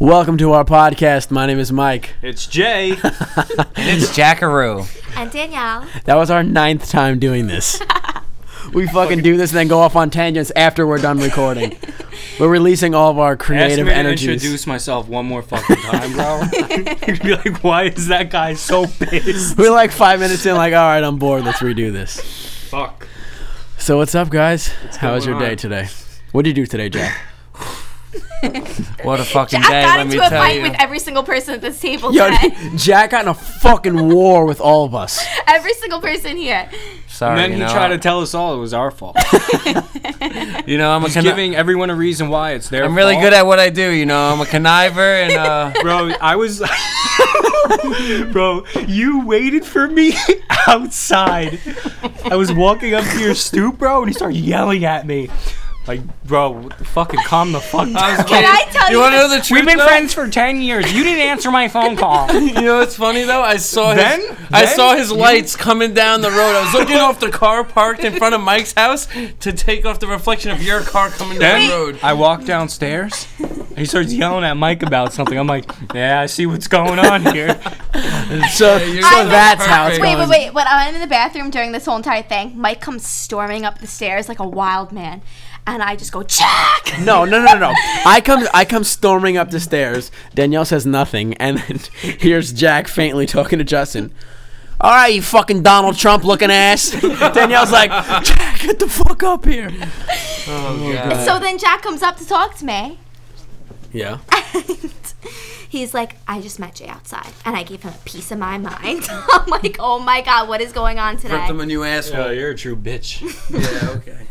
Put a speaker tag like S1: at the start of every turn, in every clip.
S1: Welcome to our podcast. My name is Mike.
S2: It's Jay.
S3: It's Jackaroo.
S4: And Danielle.
S1: That was our ninth time doing this. we fucking do this and then go off on tangents after we're done recording. we're releasing all of our
S2: Ask me
S1: creative
S2: to
S1: energies.
S2: introduce myself one more fucking time, bro. You'd be like, why is that guy so pissed?
S1: We're like five minutes in, like, all right, I'm bored. Let's redo this.
S2: Fuck.
S1: So what's up, guys? How was your
S2: going
S1: day
S2: on?
S1: today? What did you do today, Jack?
S3: What a fucking
S4: Jack
S3: day,
S4: got
S3: let me
S4: into a
S3: tell
S4: fight
S3: you.
S4: with every single person at this table
S1: Yo,
S4: today.
S1: Jack got in a fucking war with all of us.
S4: every single person here.
S3: Sorry,
S2: And then
S3: you
S2: he
S3: know,
S2: tried to tell us all it was our fault.
S3: you know, I'm a
S2: He's
S3: conni-
S2: giving everyone a reason why it's their
S3: I'm really
S2: fault.
S3: good at what I do, you know. I'm a conniver and uh
S2: Bro, I was. Bro, you waited for me outside. I was walking up to your stoop, bro, and you started yelling at me. Like, bro, fucking calm the fuck down.
S4: Can I tell
S3: You
S4: you?
S3: want to know
S4: this-
S3: the truth?
S2: We've been
S3: though?
S2: friends for 10 years. You didn't answer my phone call.
S3: You know what's funny though? I saw his
S2: Then-
S3: I
S2: then
S3: saw his
S2: you-
S3: lights coming down the road. I was looking off the car parked in front of Mike's house to take off the reflection of your car coming down
S2: Then
S3: the road.
S2: I walk downstairs. And he starts yelling at Mike about something. I'm like, yeah, I see what's going on here.
S1: So, so
S4: was
S1: that's how it's
S3: perfect.
S4: Wait,
S1: going.
S4: wait, wait. When I'm in the bathroom during this whole entire thing, Mike comes storming up the stairs like a wild man. And I just go, Jack!
S1: No, no, no, no, no. I come, I come storming up the stairs. Danielle says nothing, and then here's Jack faintly talking to Justin. All right, you fucking Donald Trump looking ass. Danielle's like, Jack, get the fuck up here.
S4: So then Jack comes up to talk to me.
S1: Yeah.
S4: And he's like, I just met Jay outside. And I gave him a piece of my mind. I'm like, oh my God, what is going on today?
S3: a new asshole.
S2: Oh, you're a true bitch.
S3: Yeah, okay.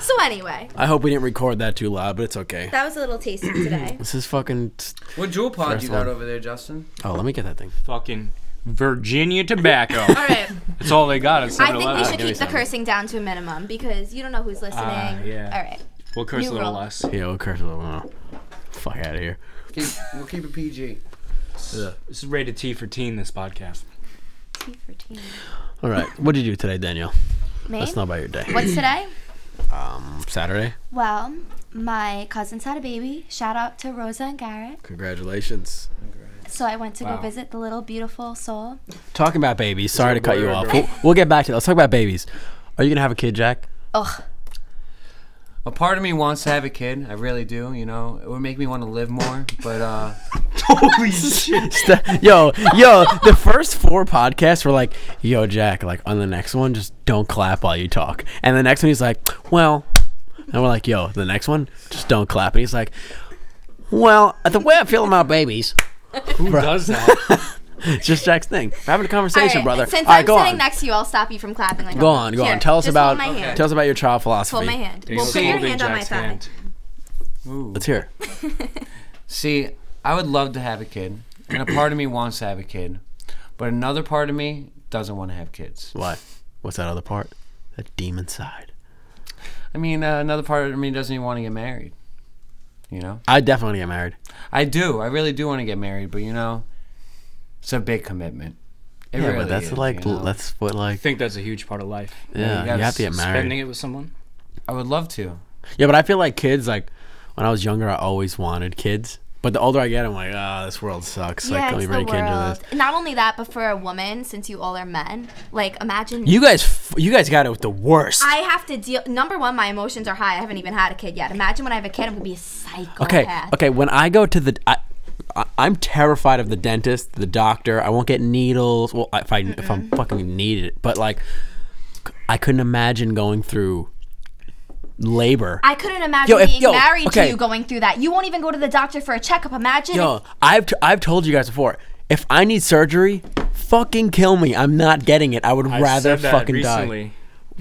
S4: So anyway,
S1: I hope we didn't record that too loud, but it's okay.
S4: that was a little tasty today.
S1: This is fucking. s-
S3: What jewel pod
S1: First you got one.
S3: over there, Justin?
S1: Oh, let me get that thing.
S2: Fucking Virginia tobacco.
S4: All right.
S2: That's all they got at 7
S4: I think we should
S1: give me
S4: keep the
S1: some.
S4: cursing down to a minimum because you don't know who's listening.
S2: Ah, yeah.
S4: All right.
S2: We'll curse
S4: New
S2: a little
S4: rule.
S2: less.
S1: Yeah, we'll curse a little. Oh, fuck out of here.
S5: Keep, we'll keep it PG.
S2: This is rated T for teen, this podcast.
S4: T for teen.
S1: All right, what did you do today, Danielle?
S4: Me?
S1: Let's not about your day.
S4: What's today?
S1: Um, Saturday.
S4: Well, my cousins had a baby. Shout out to Rosa and Garrett.
S1: Congratulations.
S4: So I went to
S2: Wow.
S4: go visit the little beautiful soul.
S1: Talking about babies. Sorry to
S5: that a
S1: cut
S5: boy
S1: you
S5: or a
S1: off.
S5: girl?
S1: We'll, we'll get back to that. Let's talk about babies. Are you gonna have a kid, Jack?
S4: Ugh.
S3: A part of me wants to have a kid. I really do, you know. It would make me want to live more, but uh
S2: Holy shit.
S1: St- yo, yo, the first four podcasts were like, yo, Jack, like on the next one, just don't clap while you talk. And the next one, he's like, well, and we're like, yo, the next one, just don't clap. And he's like, well, the way I feel about babies,
S2: Who does that?
S1: it's just Jack's thing. We're having a conversation,
S4: All right,
S1: brother.
S4: Since
S1: All right,
S4: I'm
S1: go
S4: sitting
S1: on.
S4: next to you, I'll stop you from clapping. Like,
S1: go
S4: a-
S1: on, go
S4: Here,
S1: on. Tell us
S4: just
S1: about
S4: Hold my hand.
S1: tell us about your child philosophy.
S4: Hold my hand.
S2: He's
S4: Well, put your
S2: holding
S4: hand on my
S2: Jack's
S4: thigh.
S2: hand.
S3: ooh.
S1: Let's hear. it.
S3: See, I would love to have a kid, and a part of me wants to have a kid, but another part of me doesn't want to have kids.
S1: Why? What's that other part? That demon side.
S3: I mean, uh, another part of me doesn't even want to get married. You know,
S1: I definitely get married.
S3: I do. I really do want to get married, but you know, it's a big commitment. It
S1: Yeah,
S3: really
S1: but that's
S3: is,
S1: like
S3: you know?
S1: that's what
S2: I
S1: like
S2: think that's a huge part of life.
S1: yeah, you,
S3: gotta
S1: have to get married.
S2: Spending it with someone.
S3: I would love to.
S1: Yeah, but I feel like kids, like when I was younger, I always wanted kids. But the older I get, I'm like, ah, this world sucks. like,
S4: Yeah,
S1: let me
S4: it's
S1: bring
S4: the
S1: a kid into
S4: world. Not only that, but for a woman, since you all are men, like imagine
S1: this. You guys, f- you guys got it with the worst.
S4: I have to deal. Number one, my emotions are high. I haven't even had a kid yet. Imagine when I have a kid, I'm gonna be a psychopath.
S1: okay, okay. When I go to the, I, I, I'm terrified of the dentist, the doctor. I won't get needles. Well, if I if I'm fucking needed it, but like, c- I couldn't imagine going through labor.
S4: I couldn't imagine
S1: Yo, if-
S4: being
S1: yo,
S4: married
S1: okay.
S4: to you going through that. You won't even go to the doctor for a checkup. Imagine.
S1: Yo, I've t- I've told you guys before. If I need surgery, fucking kill me. I'm not getting it. I would rather fucking die.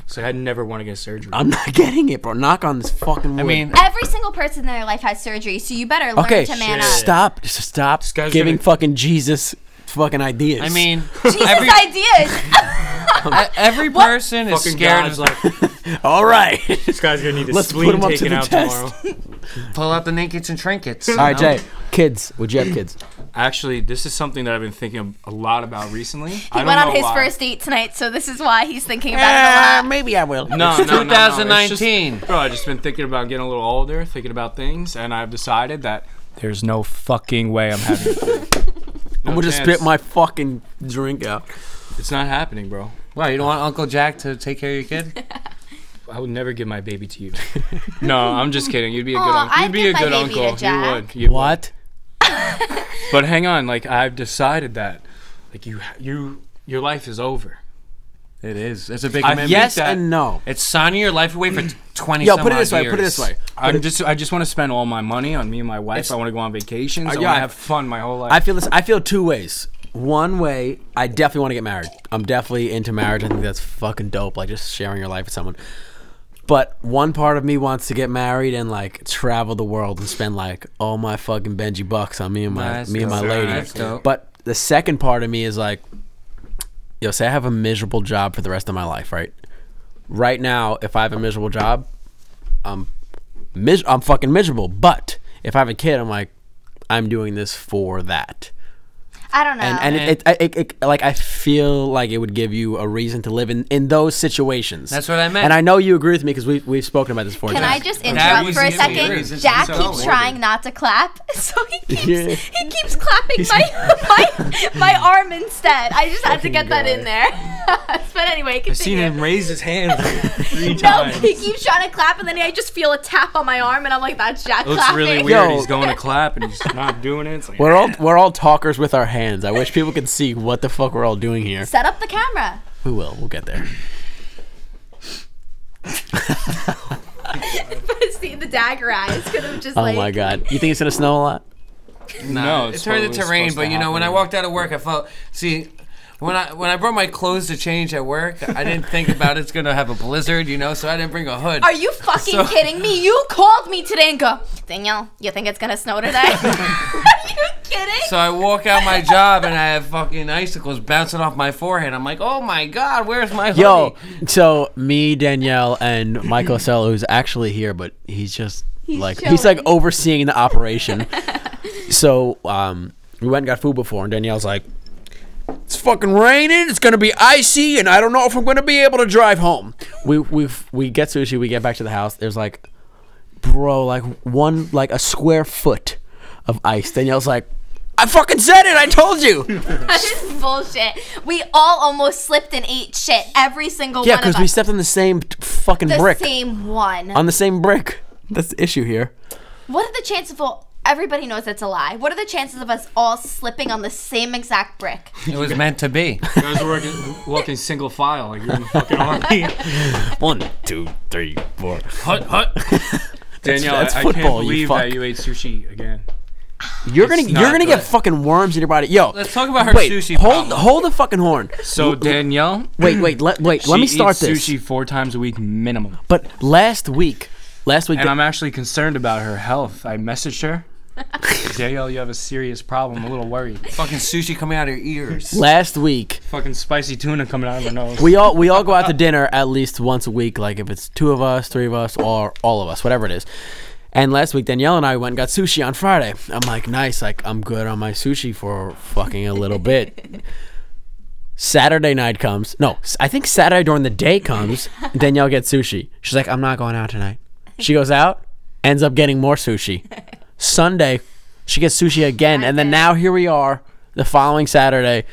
S2: So I never want to get surgery.
S1: I'm not getting it, bro. Knock on this fucking wood.
S3: I mean,
S4: if every single person in their life has surgery, so you better learn
S1: okay,
S4: to man
S2: shit.
S1: stop,
S4: up.
S1: s- stop
S2: guy's
S1: giving
S2: gonna-
S1: fucking Jesus fucking ideas.
S3: I mean,
S4: Jesus
S3: every
S4: ideas.
S3: I- every person is
S2: fucking
S3: scared
S2: God's
S3: of
S2: like,
S1: all right,
S2: this guy's gonna need his
S1: Let's put
S2: spleen
S1: him up to
S2: taken
S1: the
S2: out
S1: test.
S2: tomorrow.
S3: pull out the nakeds and trinkets.
S1: all right, Jay. Kids, would you have kids?
S2: Actually, this is something that I've been thinking a lot about recently. He
S4: He went on his first date tonight, so this is why he's thinking about it a lot.
S1: maybe I will.
S2: No, no, no, no, it's just-
S3: 2019.
S2: bro, I've just been thinking about getting a little older, thinking about things, and I've decided that
S6: There's no fucking way I'm having.
S1: I'm gonna just spit
S6: chance.
S1: my fucking drink out.
S6: it's not happening, bro.
S3: Wow, you don't want Uncle Jack to take care of your kid?
S6: I would never give my baby to you. no, I'm just kidding. You'd be a good
S4: Aw,
S6: uncle.
S4: I'd
S6: You'd be
S4: give
S6: a
S4: my
S6: good
S4: baby to
S6: uncle. You
S4: Jack.
S6: would. You would.
S1: What?
S6: But hang on, like I've decided that, like you, you, your life is over.
S3: It is. It's a big
S6: I-
S3: commitment.
S1: yes
S6: that-
S1: and no.
S3: It's signing your life away for t- 20
S1: Yo,
S3: some
S1: put it
S3: odd
S1: this way. Put it
S3: years.
S1: this way.
S6: I'm just, I just want to spend all my money on me and my wife.
S1: It's-
S6: I want to go on vacations. I
S1: yeah,
S6: want
S1: I-
S6: to have fun my whole life.
S1: I feel this. I feel two ways. One way, I definitely want to get married. I'm definitely into marriage. I think that's fucking dope. Like just sharing your life with someone. But one part of me wants to get married and like travel the world and spend like all my fucking Benji bucks on me and my
S3: That's
S1: me and my
S3: dope.
S1: lady.
S3: That's dope.
S1: But the second part of me is like, yo, say I have a miserable job for the rest of my life, right? Right now, if I have a miserable job, I'm mis- I'm fucking miserable. But if I have a kid, I'm like, I'm doing this for that.
S4: I don't know.
S1: And and it, it, it, it, like I feel like it would give you a reason to live in in those situations.
S3: That's what I meant.
S1: And I know you agree with me because we we've spoken about this before.
S4: Can I
S1: times.
S4: just
S3: That
S4: interrupt
S3: was
S4: for a
S3: you.
S4: second?
S3: This is
S4: Jack
S3: so
S4: keeps
S3: weird.
S4: trying not to clap, so he keeps
S1: Yeah.
S4: he keeps clapping my, my my arm instead. I just had to get that in there. but anyway, continue.
S6: I've seen him raise his hand like, three
S4: No,
S6: times.
S4: he keeps trying to clap, and then I just feel a tap on my arm, and I'm like, "That's Jack
S6: It looks
S4: clapping."
S6: really weird.
S1: Yo.
S6: He's going to clap and he's not doing it. It's like,
S1: We're all we're all talkers with our hands. I wish people could see what the fuck we're all doing here.
S4: Set up the camera.
S1: We will. We'll get there.
S4: See the dagger eyes could have just
S1: Oh
S4: like.
S1: my god. You think it's gonna snow a lot?
S3: Nah,
S6: No,
S3: Uh, it's
S6: it's
S3: turned
S6: what was
S3: into rain.
S6: supposed
S3: But
S6: to
S3: you know, when I
S6: happen.
S3: walked out of work, I felt. See, when I when I brought my clothes to change at work, I didn't think about it's gonna have a blizzard, you know. So I didn't bring a hood.
S4: Are you fucking
S3: So-
S4: kidding me? You called me today and go, Danielle, you think it's gonna snow today? Are you kidding?
S3: so I walk out my job and I have fucking icicles bouncing off my forehead. I'm like, oh my god, where's my hoodie?
S1: Yo, so me, Danielle, and Michael Ocello, who's actually here, but he's just like he's like
S4: chilling.
S1: overseeing the operation. so um, we went and got food before, and Danielle's like, "It's fucking raining. It's gonna be icy, and I don't know if I'm gonna be able to drive home." We we we get sushi. We get back to the house. There's like, bro, like one like a square foot of ice. Danielle's like. I fucking said it. I told you.
S4: That is bullshit. We all almost slipped and ate shit. Every single
S1: Yeah,
S4: one of
S1: because
S4: us.
S1: we stepped on the same t- fucking
S4: the
S1: brick.
S4: same one.
S1: on the same brick. That's the issue here.
S4: what are the chances of all? Everybody knows that's a lie. What are the chances of us all slipping on the same exact brick?
S3: it was meant to be.
S6: you guys were working, walking single file like you're in the fucking army.
S1: One, two, three, four.
S6: hut, hut. Danielle,
S1: that's
S6: I, I
S1: football,
S6: can't
S1: you
S6: believe
S1: fuck.
S6: that you ate sushi again.
S1: You're gonna
S6: not
S1: you're gonna get
S6: good.
S1: fucking worms in your body. Yo,
S3: Let's talk about her
S1: wait,
S3: sushi
S1: Hold
S3: problem.
S1: hold the fucking horn.
S6: So Danielle,
S1: Wait wait let wait let
S6: she
S1: me start
S6: eats
S1: this.
S6: sushi four times a week minimum,
S1: But last week, last week
S6: and I'm actually concerned about her health. I messaged her. Danielle, you have a serious problem. I'm a little worried.
S3: fucking sushi coming out of your ears.
S1: last week
S6: Fucking spicy tuna coming out of her nose.
S1: we all we all go out to dinner at least once a week. Like if it's two of us, three of us, or all of us, whatever it is. And last week Danielle and I went and got sushi on Friday. I'm like, nice, like I'm good on my sushi for fucking a little bit. Saturday night comes. No, s- I think Saturday during the day comes. Danielle gets sushi. She's like, I'm not going out tonight. She goes out, ends up getting more sushi. Sunday, she gets sushi again, and then now here we are, the following Saturday,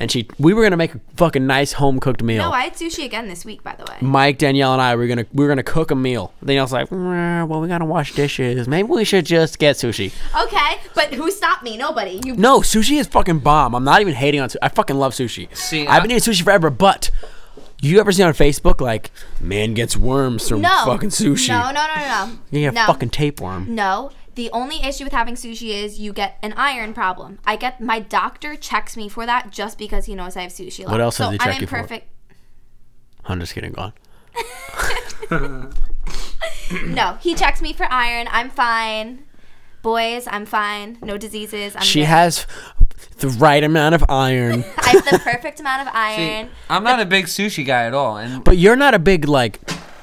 S1: and she we were gonna make a fucking nice home cooked meal.
S4: No, I had sushi again this week, by the way.
S1: Mike, Danielle, and I were gonna we were gonna cook a meal. Danielle's like, "Nah, well, we gotta wash dishes. Maybe we should just get sushi.
S4: Okay, but who stopped me? Nobody. You
S1: No, sushi is fucking bomb. I'm not even hating on sushi. I fucking love sushi.
S3: See,
S1: I've been
S3: I-
S1: eating sushi forever, but you ever seen on Facebook like man gets worms from
S4: no
S1: fucking sushi?
S4: No, no, no, no, no.
S1: You get a
S4: no. Mm.
S1: fucking tapeworm.
S4: No. The only issue with having sushi is you get an iron problem. I get my doctor checks me for that just because he knows I have sushi.
S1: What else
S4: so
S1: does he
S4: I'm
S1: check you for?
S4: imperfect.
S1: I'm just kidding. Go on.
S4: No, he checks me for iron. I'm fine. Boys, I'm fine. No diseases. I'm
S1: She
S4: good.
S1: has the right amount of iron,
S4: I have the perfect amount of iron.
S3: I'm not a big sushi guy at all, and
S1: but you're not a big like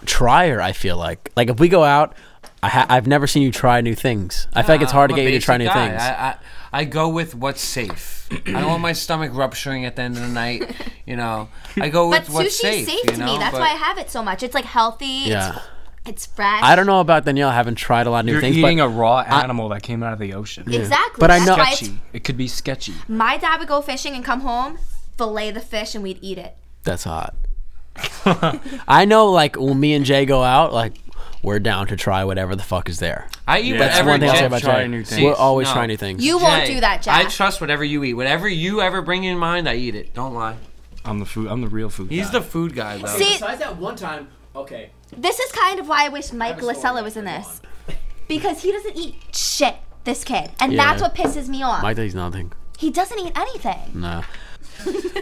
S1: trier. I feel like like if we go out. I ha- I've never seen you try new things. I feel like it's hard
S3: Uh, I'm
S1: to
S3: a
S1: get you to try new
S3: basic guy.
S1: things.
S3: I, I, I go with what's safe. I don't want my stomach rupturing at the end of the night. You know, I go
S4: But
S3: with what's
S4: sushi's
S3: safe.
S4: safe
S3: you
S4: to
S3: know,
S4: me. That's
S3: but
S4: why I have it so much. It's like healthy.
S1: yeah.
S4: It's, It's fresh.
S1: I don't know about Danielle. I haven't tried a lot of new
S6: You're
S1: things,
S6: eating
S1: but
S6: a raw animal that came out of the ocean.
S4: Exactly.
S1: But I
S4: That's
S1: know-
S4: why it's-
S6: Sketchy. It could be sketchy.
S4: my dad would go fishing and come home, fillet the fish, and we'd eat it.
S1: that's hot. I know, like when me and Jay go out, like we're down to try whatever the fuck is there.
S3: I eat
S1: That's
S3: whatever
S1: one thing I
S3: Jack
S1: say about
S6: try
S1: Jay.
S6: new
S3: sees.
S6: things.
S1: We're always
S3: No.
S1: trying new things.
S4: You won't do that, Jack.
S3: I trust whatever you eat. Whatever you ever bring in mind, I eat it. Don't lie.
S6: I'm the food. I'm the real food.
S3: He's
S6: guy.
S3: the food guy, though.
S4: See,
S1: Besides that one time, okay.
S4: this is kind of why I wish Mike Lasella was in this, because he doesn't eat shit. This kid, and
S1: Yeah.
S4: that's what pisses me off.
S1: I think he's nothing.
S4: he doesn't eat anything.
S1: No.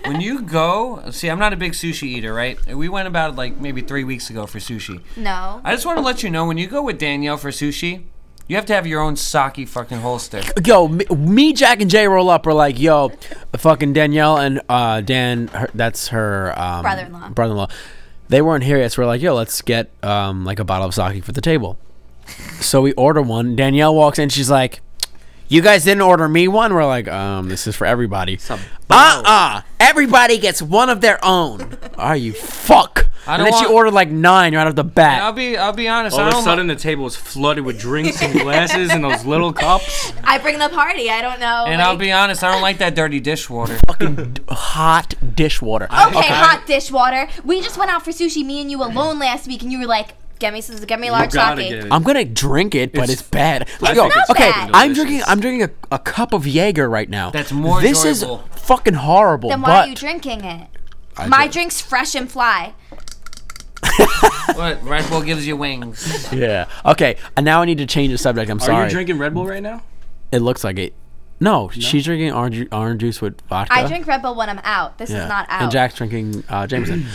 S3: when you go, see, I'm not a big sushi eater, right? We went about like maybe three weeks ago for sushi.
S1: Mm.
S4: No.
S3: I just want to let you know when you go with Danielle for sushi, you have to have your own sake fucking holster.
S1: Yo, me, me, Jack, and Jay roll up. We're like, yo, fucking Danielle and uh, Dan. Her, that's her um,
S4: Brother-in-law.
S1: Brother-in-law. They weren't here yet, so we're like, yo, let's get um, like a bottle of sake for the table. So we order one. Danielle walks in. She's like, you guys didn't order me one. We're like, um, this is for everybody. Uh uh Everybody gets one of their own. Are you fuck?
S3: I
S1: and
S3: don't
S1: then she
S3: want-
S1: ordered like nine right off the bat.
S3: I'll be, I'll be honest.
S6: All
S3: I
S6: of a
S3: don't
S6: sudden, the table is flooded with drinks and glasses and those little cups.
S4: I bring the party. I don't know.
S3: and
S4: like-
S3: I'll be honest, I don't like that dirty dishwater.
S1: fucking hot dishwater.
S4: Okay, hot dishwater. We just went out for sushi, me and you alone last week, and you were like, "Get me some, get me a large
S6: gotta
S4: sake."
S6: get it.
S1: I'm gonna drink it, but it's,
S6: It's-
S1: bad. Like,
S6: think
S1: yo,
S6: it's
S1: okay,
S4: fucking
S1: I'm
S6: delicious.
S1: drinking. I'm drinking a, a cup of Jaeger right now.
S3: That's more
S1: This
S3: enjoyable.
S1: is fucking horrible.
S4: Then why
S1: but
S4: are you drinking it? My
S1: did.
S4: drink's fresh and fly.
S3: What? Red Bull gives you wings.
S1: Yeah. Okay. And now I need to change the subject. I'm
S6: Are
S1: sorry.
S6: you drinking Red Bull right now?
S1: It looks like it. No, she's drinking orange, ju- orange juice with vodka.
S4: I drink Red Bull when I'm out. This
S1: Yeah.
S4: is not out.
S1: And Jack's drinking uh, Jameson.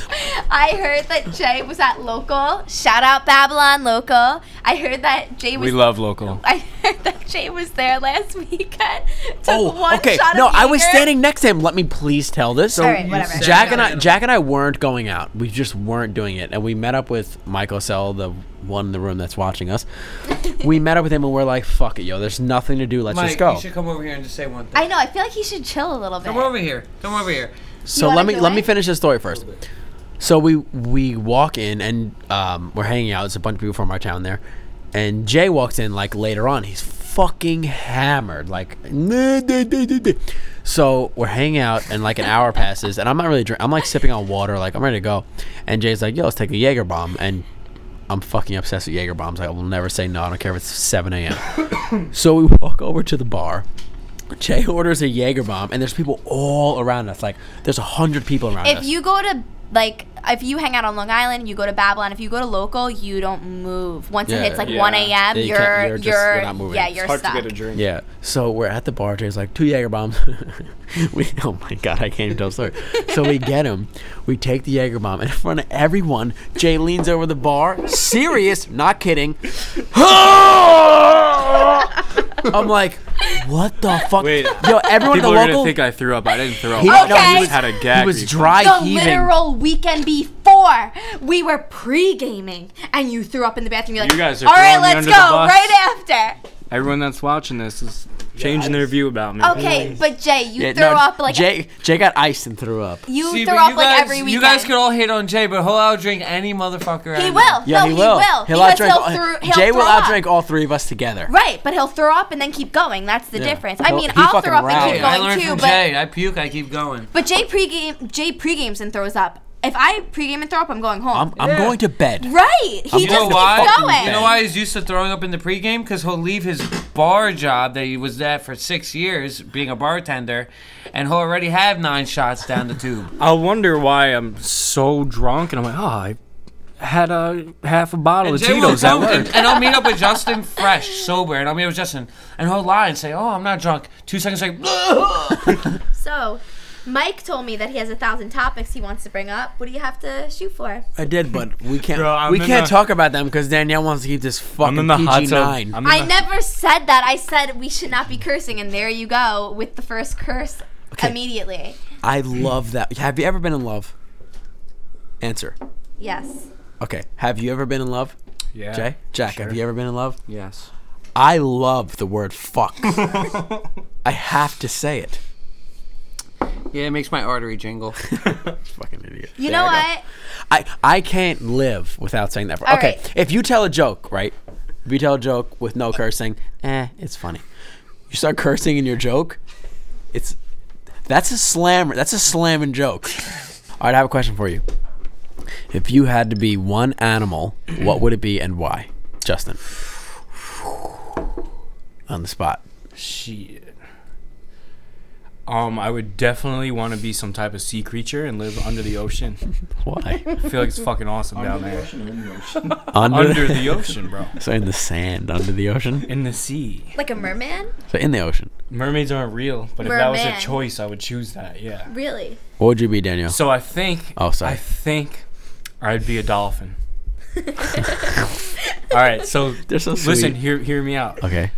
S4: I heard that Jay was at local. Shout out Babylon local. I heard that Jay was.
S6: We love local.
S4: I heard that Jay was there last weekend. Took
S1: oh,
S4: one
S1: okay.
S4: shot of
S1: No, I was
S4: Jaeger.
S1: standing next to him. Let me please tell this.
S4: All right, whatever.
S1: Jack and I, Jack and I weren't going out. We just weren't doing it, and we met up with Michael Sell, the one in the room that's watching us. we met up with him, and we're like, "Fuck it, yo! There's nothing to do. Let's
S3: Mike,
S1: just go."
S3: you should come over here and just say one thing.
S4: I know. I feel like he should chill a little bit.
S3: Come over here. Come over here.
S1: So
S4: wanna
S1: let me
S4: do
S1: let
S4: it?
S1: me finish this story first. So we we walk in and um, we're hanging out. It's a bunch of people from our town there, and Jay walks in like later on. He's fucking hammered, like. "Nah, nah, nah, nah, nah." So we're hanging out, and like an hour passes, and I'm not really drink. I'm like sipping on water, like I'm ready to go. And Jay's like, "Yo, let's take a Jaeger bomb," and I'm fucking obsessed with Jaeger bombs. I will never say no. I don't care if it's 7 a.m. so we walk over to the bar. Jay orders a Jaeger bomb, and there's people all around us. Like there's a hundred people around
S4: If
S1: us.
S4: you go to like if you hang out on Long Island, you go to Babylon. If you go to local, you don't move. Once
S1: Yeah,
S4: it hits like
S6: yeah.
S4: 1 a.m.,
S1: Yeah, you
S4: you're
S1: can't-
S4: you're,
S1: you're just- you're not moving.
S4: yeah
S1: It's
S4: you're
S6: Hard
S4: stuck.
S6: to get a drink.
S1: yeah. So we're at the bar. Jay's like two Jaeger bombs. we oh my god, I can't even tell the story. so we get him. We take the Jaeger bomb, and in front of everyone, Jay leans over the bar. Serious, not kidding. I'm like, what the fuck?
S6: Wait.
S1: Yo, everyone at the
S6: People are
S1: local.
S6: gonna think I threw up. I didn't throw up.
S1: He-
S6: I
S1: no, he
S4: Okay.
S1: was
S6: just had a gag.
S1: He was
S6: reflex.
S1: dry
S4: the
S1: heaving.
S4: literal weekend before we were pre-gaming and you threw up in the bathroom. You're like,
S6: You guys are
S4: all right,
S6: throwing me
S4: let's
S6: under
S4: go
S6: the bus."
S4: right after.
S6: Everyone that's watching this is changing their view about me.
S4: Okay, but Jay, you
S1: Yeah,
S4: threw
S1: no,
S4: up like
S1: Jay. Jay got iced and threw up.
S4: you
S3: See,
S4: threw
S3: but
S4: up like
S3: guys,
S4: every weekend.
S3: You guys could all hate on Jay, but he'll outdrink any motherfucker. I
S4: he
S3: know.
S4: will.
S1: Yeah,
S4: no,
S1: he will.
S4: He'll
S1: outdrink.
S4: because he'll
S1: all-
S4: throw, he'll
S1: Jay
S4: throw
S1: will
S4: up.
S1: outdrank all three of us together.
S4: Right, but he'll throw up and then keep going. That's the
S1: Yeah.
S4: difference. I
S1: He'll-
S4: mean,
S1: he
S4: I'll
S1: fucking
S4: throw up and
S1: rowdy.
S4: keep
S3: Hey, Oh, I
S4: going
S3: learned
S4: too,
S3: from
S4: but
S3: Jay. I puke. I keep going.
S4: But Jay pregame, Jay pregames and throws up. If I pregame and throw up, I'm going home.
S1: I'm, I'm going to bed.
S4: right. He
S1: You
S4: just
S1: know
S4: keeps
S1: why?
S4: going.
S3: You know why he's used to throwing up in the pregame? Because he'll leave his bar job that he was at for six years, being a bartender, and he'll already have nine shots down the tube.
S6: I wonder why I'm so drunk and I'm like, oh, I had a half a bottle of
S3: Jay will
S6: Tito's at
S3: come
S6: work.
S3: And, and I'll meet up with Justin fresh, sober, and I'll meet up with Justin, and he'll lie and say, "Oh, I'm not drunk." Two seconds like,
S4: So, Mike told me that he has a thousand topics he wants to bring up. What do you have to shoot for?
S1: I did, but we can't.
S6: Bro, I'm
S1: we
S6: in
S1: can't
S6: the-
S1: talk about them because Danielle wants to keep this fucking PG-9.
S4: I never said that. I said we should not be cursing, and there you go with the first curse immediately.
S1: I love that. Have you ever been in love? Answer.
S4: Yes.
S1: Okay. Have you ever been in love?
S6: Yeah.
S1: Jay, Jack, have you ever been in love?
S6: Yes.
S1: I love the word fuck. I have to say it.
S3: Yeah, it makes my artery jingle.
S1: Fucking idiot.
S4: You
S1: There
S4: know
S1: I go.
S4: what?
S1: I, I can't live without saying that.
S4: All
S1: okay,
S4: right.
S1: if you tell a joke, right? If you tell a joke with no cursing, eh, it's funny. You start cursing in your joke, it's that's a slammer. That's a slamming joke. All right, I have a question for you. If you had to be one animal, what would it be and why, Justin? On the spot.
S2: Shit. Um, I would definitely want to be some type of sea creature and live under the ocean.
S1: Why?
S2: I feel like it's fucking awesome
S7: Under
S2: down
S7: the
S2: there.
S7: ocean or in the ocean?
S2: Under the ocean, bro.
S1: so in the sand, under the ocean.
S2: In the sea.
S4: Like a merman?
S1: So in the ocean.
S2: Mermaids aren't real, but if that
S4: Merman.
S2: was a choice, I would choose that. Yeah.
S4: Really?
S1: What would you be, Daniel?
S2: So I think.
S1: Oh, sorry.
S2: I think I'd be a dolphin. All right, so
S1: They're so
S2: listen,
S1: sweet.
S2: hear hear me out.
S1: Okay.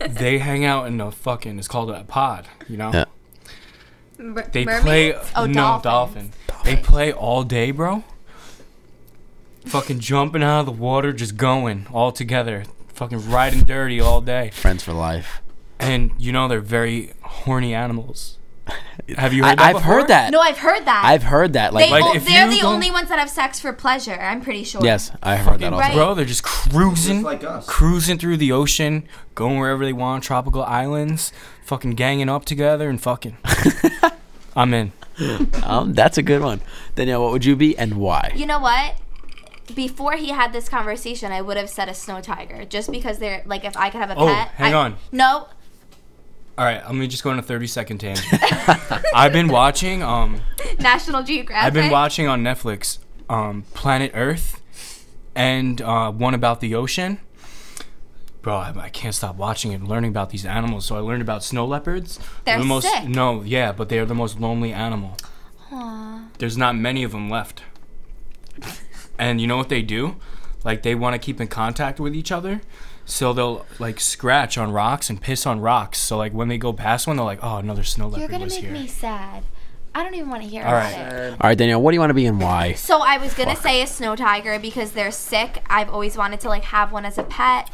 S2: They hang out in a fucking. It's called a pod. You know.
S1: Yeah.
S4: Mer-
S2: They
S4: mermaids?
S2: play
S4: Oh,
S2: no
S4: dolphins.
S2: dolphin. They play all day, bro. Fucking jumping out of the water, just going all together. Fucking riding dirty all day.
S1: Friends for life.
S2: And you know they're very horny animals. Have you
S1: I,
S2: heard that?
S1: I've
S2: before?
S1: heard that.
S4: No, I've heard that.
S1: I've heard that. Like,
S4: they,
S2: Like,
S4: o-
S2: if
S4: they're
S2: you
S4: the
S2: go-
S4: only ones that have sex for pleasure. I'm pretty sure.
S1: yes, I heard that also.
S4: Right.
S2: Bro, they're just cruising,
S7: Just like us.
S2: cruising through the ocean, going wherever they want, tropical islands, fucking ganging up together and fucking. I'm in.
S1: Um, that's a good one. Danielle, what would you be and why?
S4: You know what? Before he had this conversation, I would have said a snow tiger, just because they're like, if I could have a
S2: Oh,
S4: pet.
S2: hang
S4: I-
S2: on.
S4: No,
S2: All right, let me just go on a 30 second tangent. I've been watching um
S4: National Geographic.
S2: I've been watching on Netflix um, Planet Earth and uh, one about the ocean. Bro, I, I can't stop watching it and learning about these animals. So I learned about snow leopards.
S4: They're
S2: the most,
S4: sick.
S2: No, yeah, but they are the most lonely animal. There's not many of them left. and you know what they do? Like they want to keep in contact with each other. So they'll like scratch on rocks and piss on rocks. So like when they go past one, they're like, "Oh, another snow leopard
S4: You're gonna
S2: was
S4: make
S2: here."
S4: me sad. I don't even want to hear
S2: All
S4: about
S2: right.
S4: it.
S1: All right, Danielle, what do you want to be and why?
S4: So I was gonna say a snow tiger because they're sick. I've always wanted to like have one as a pet,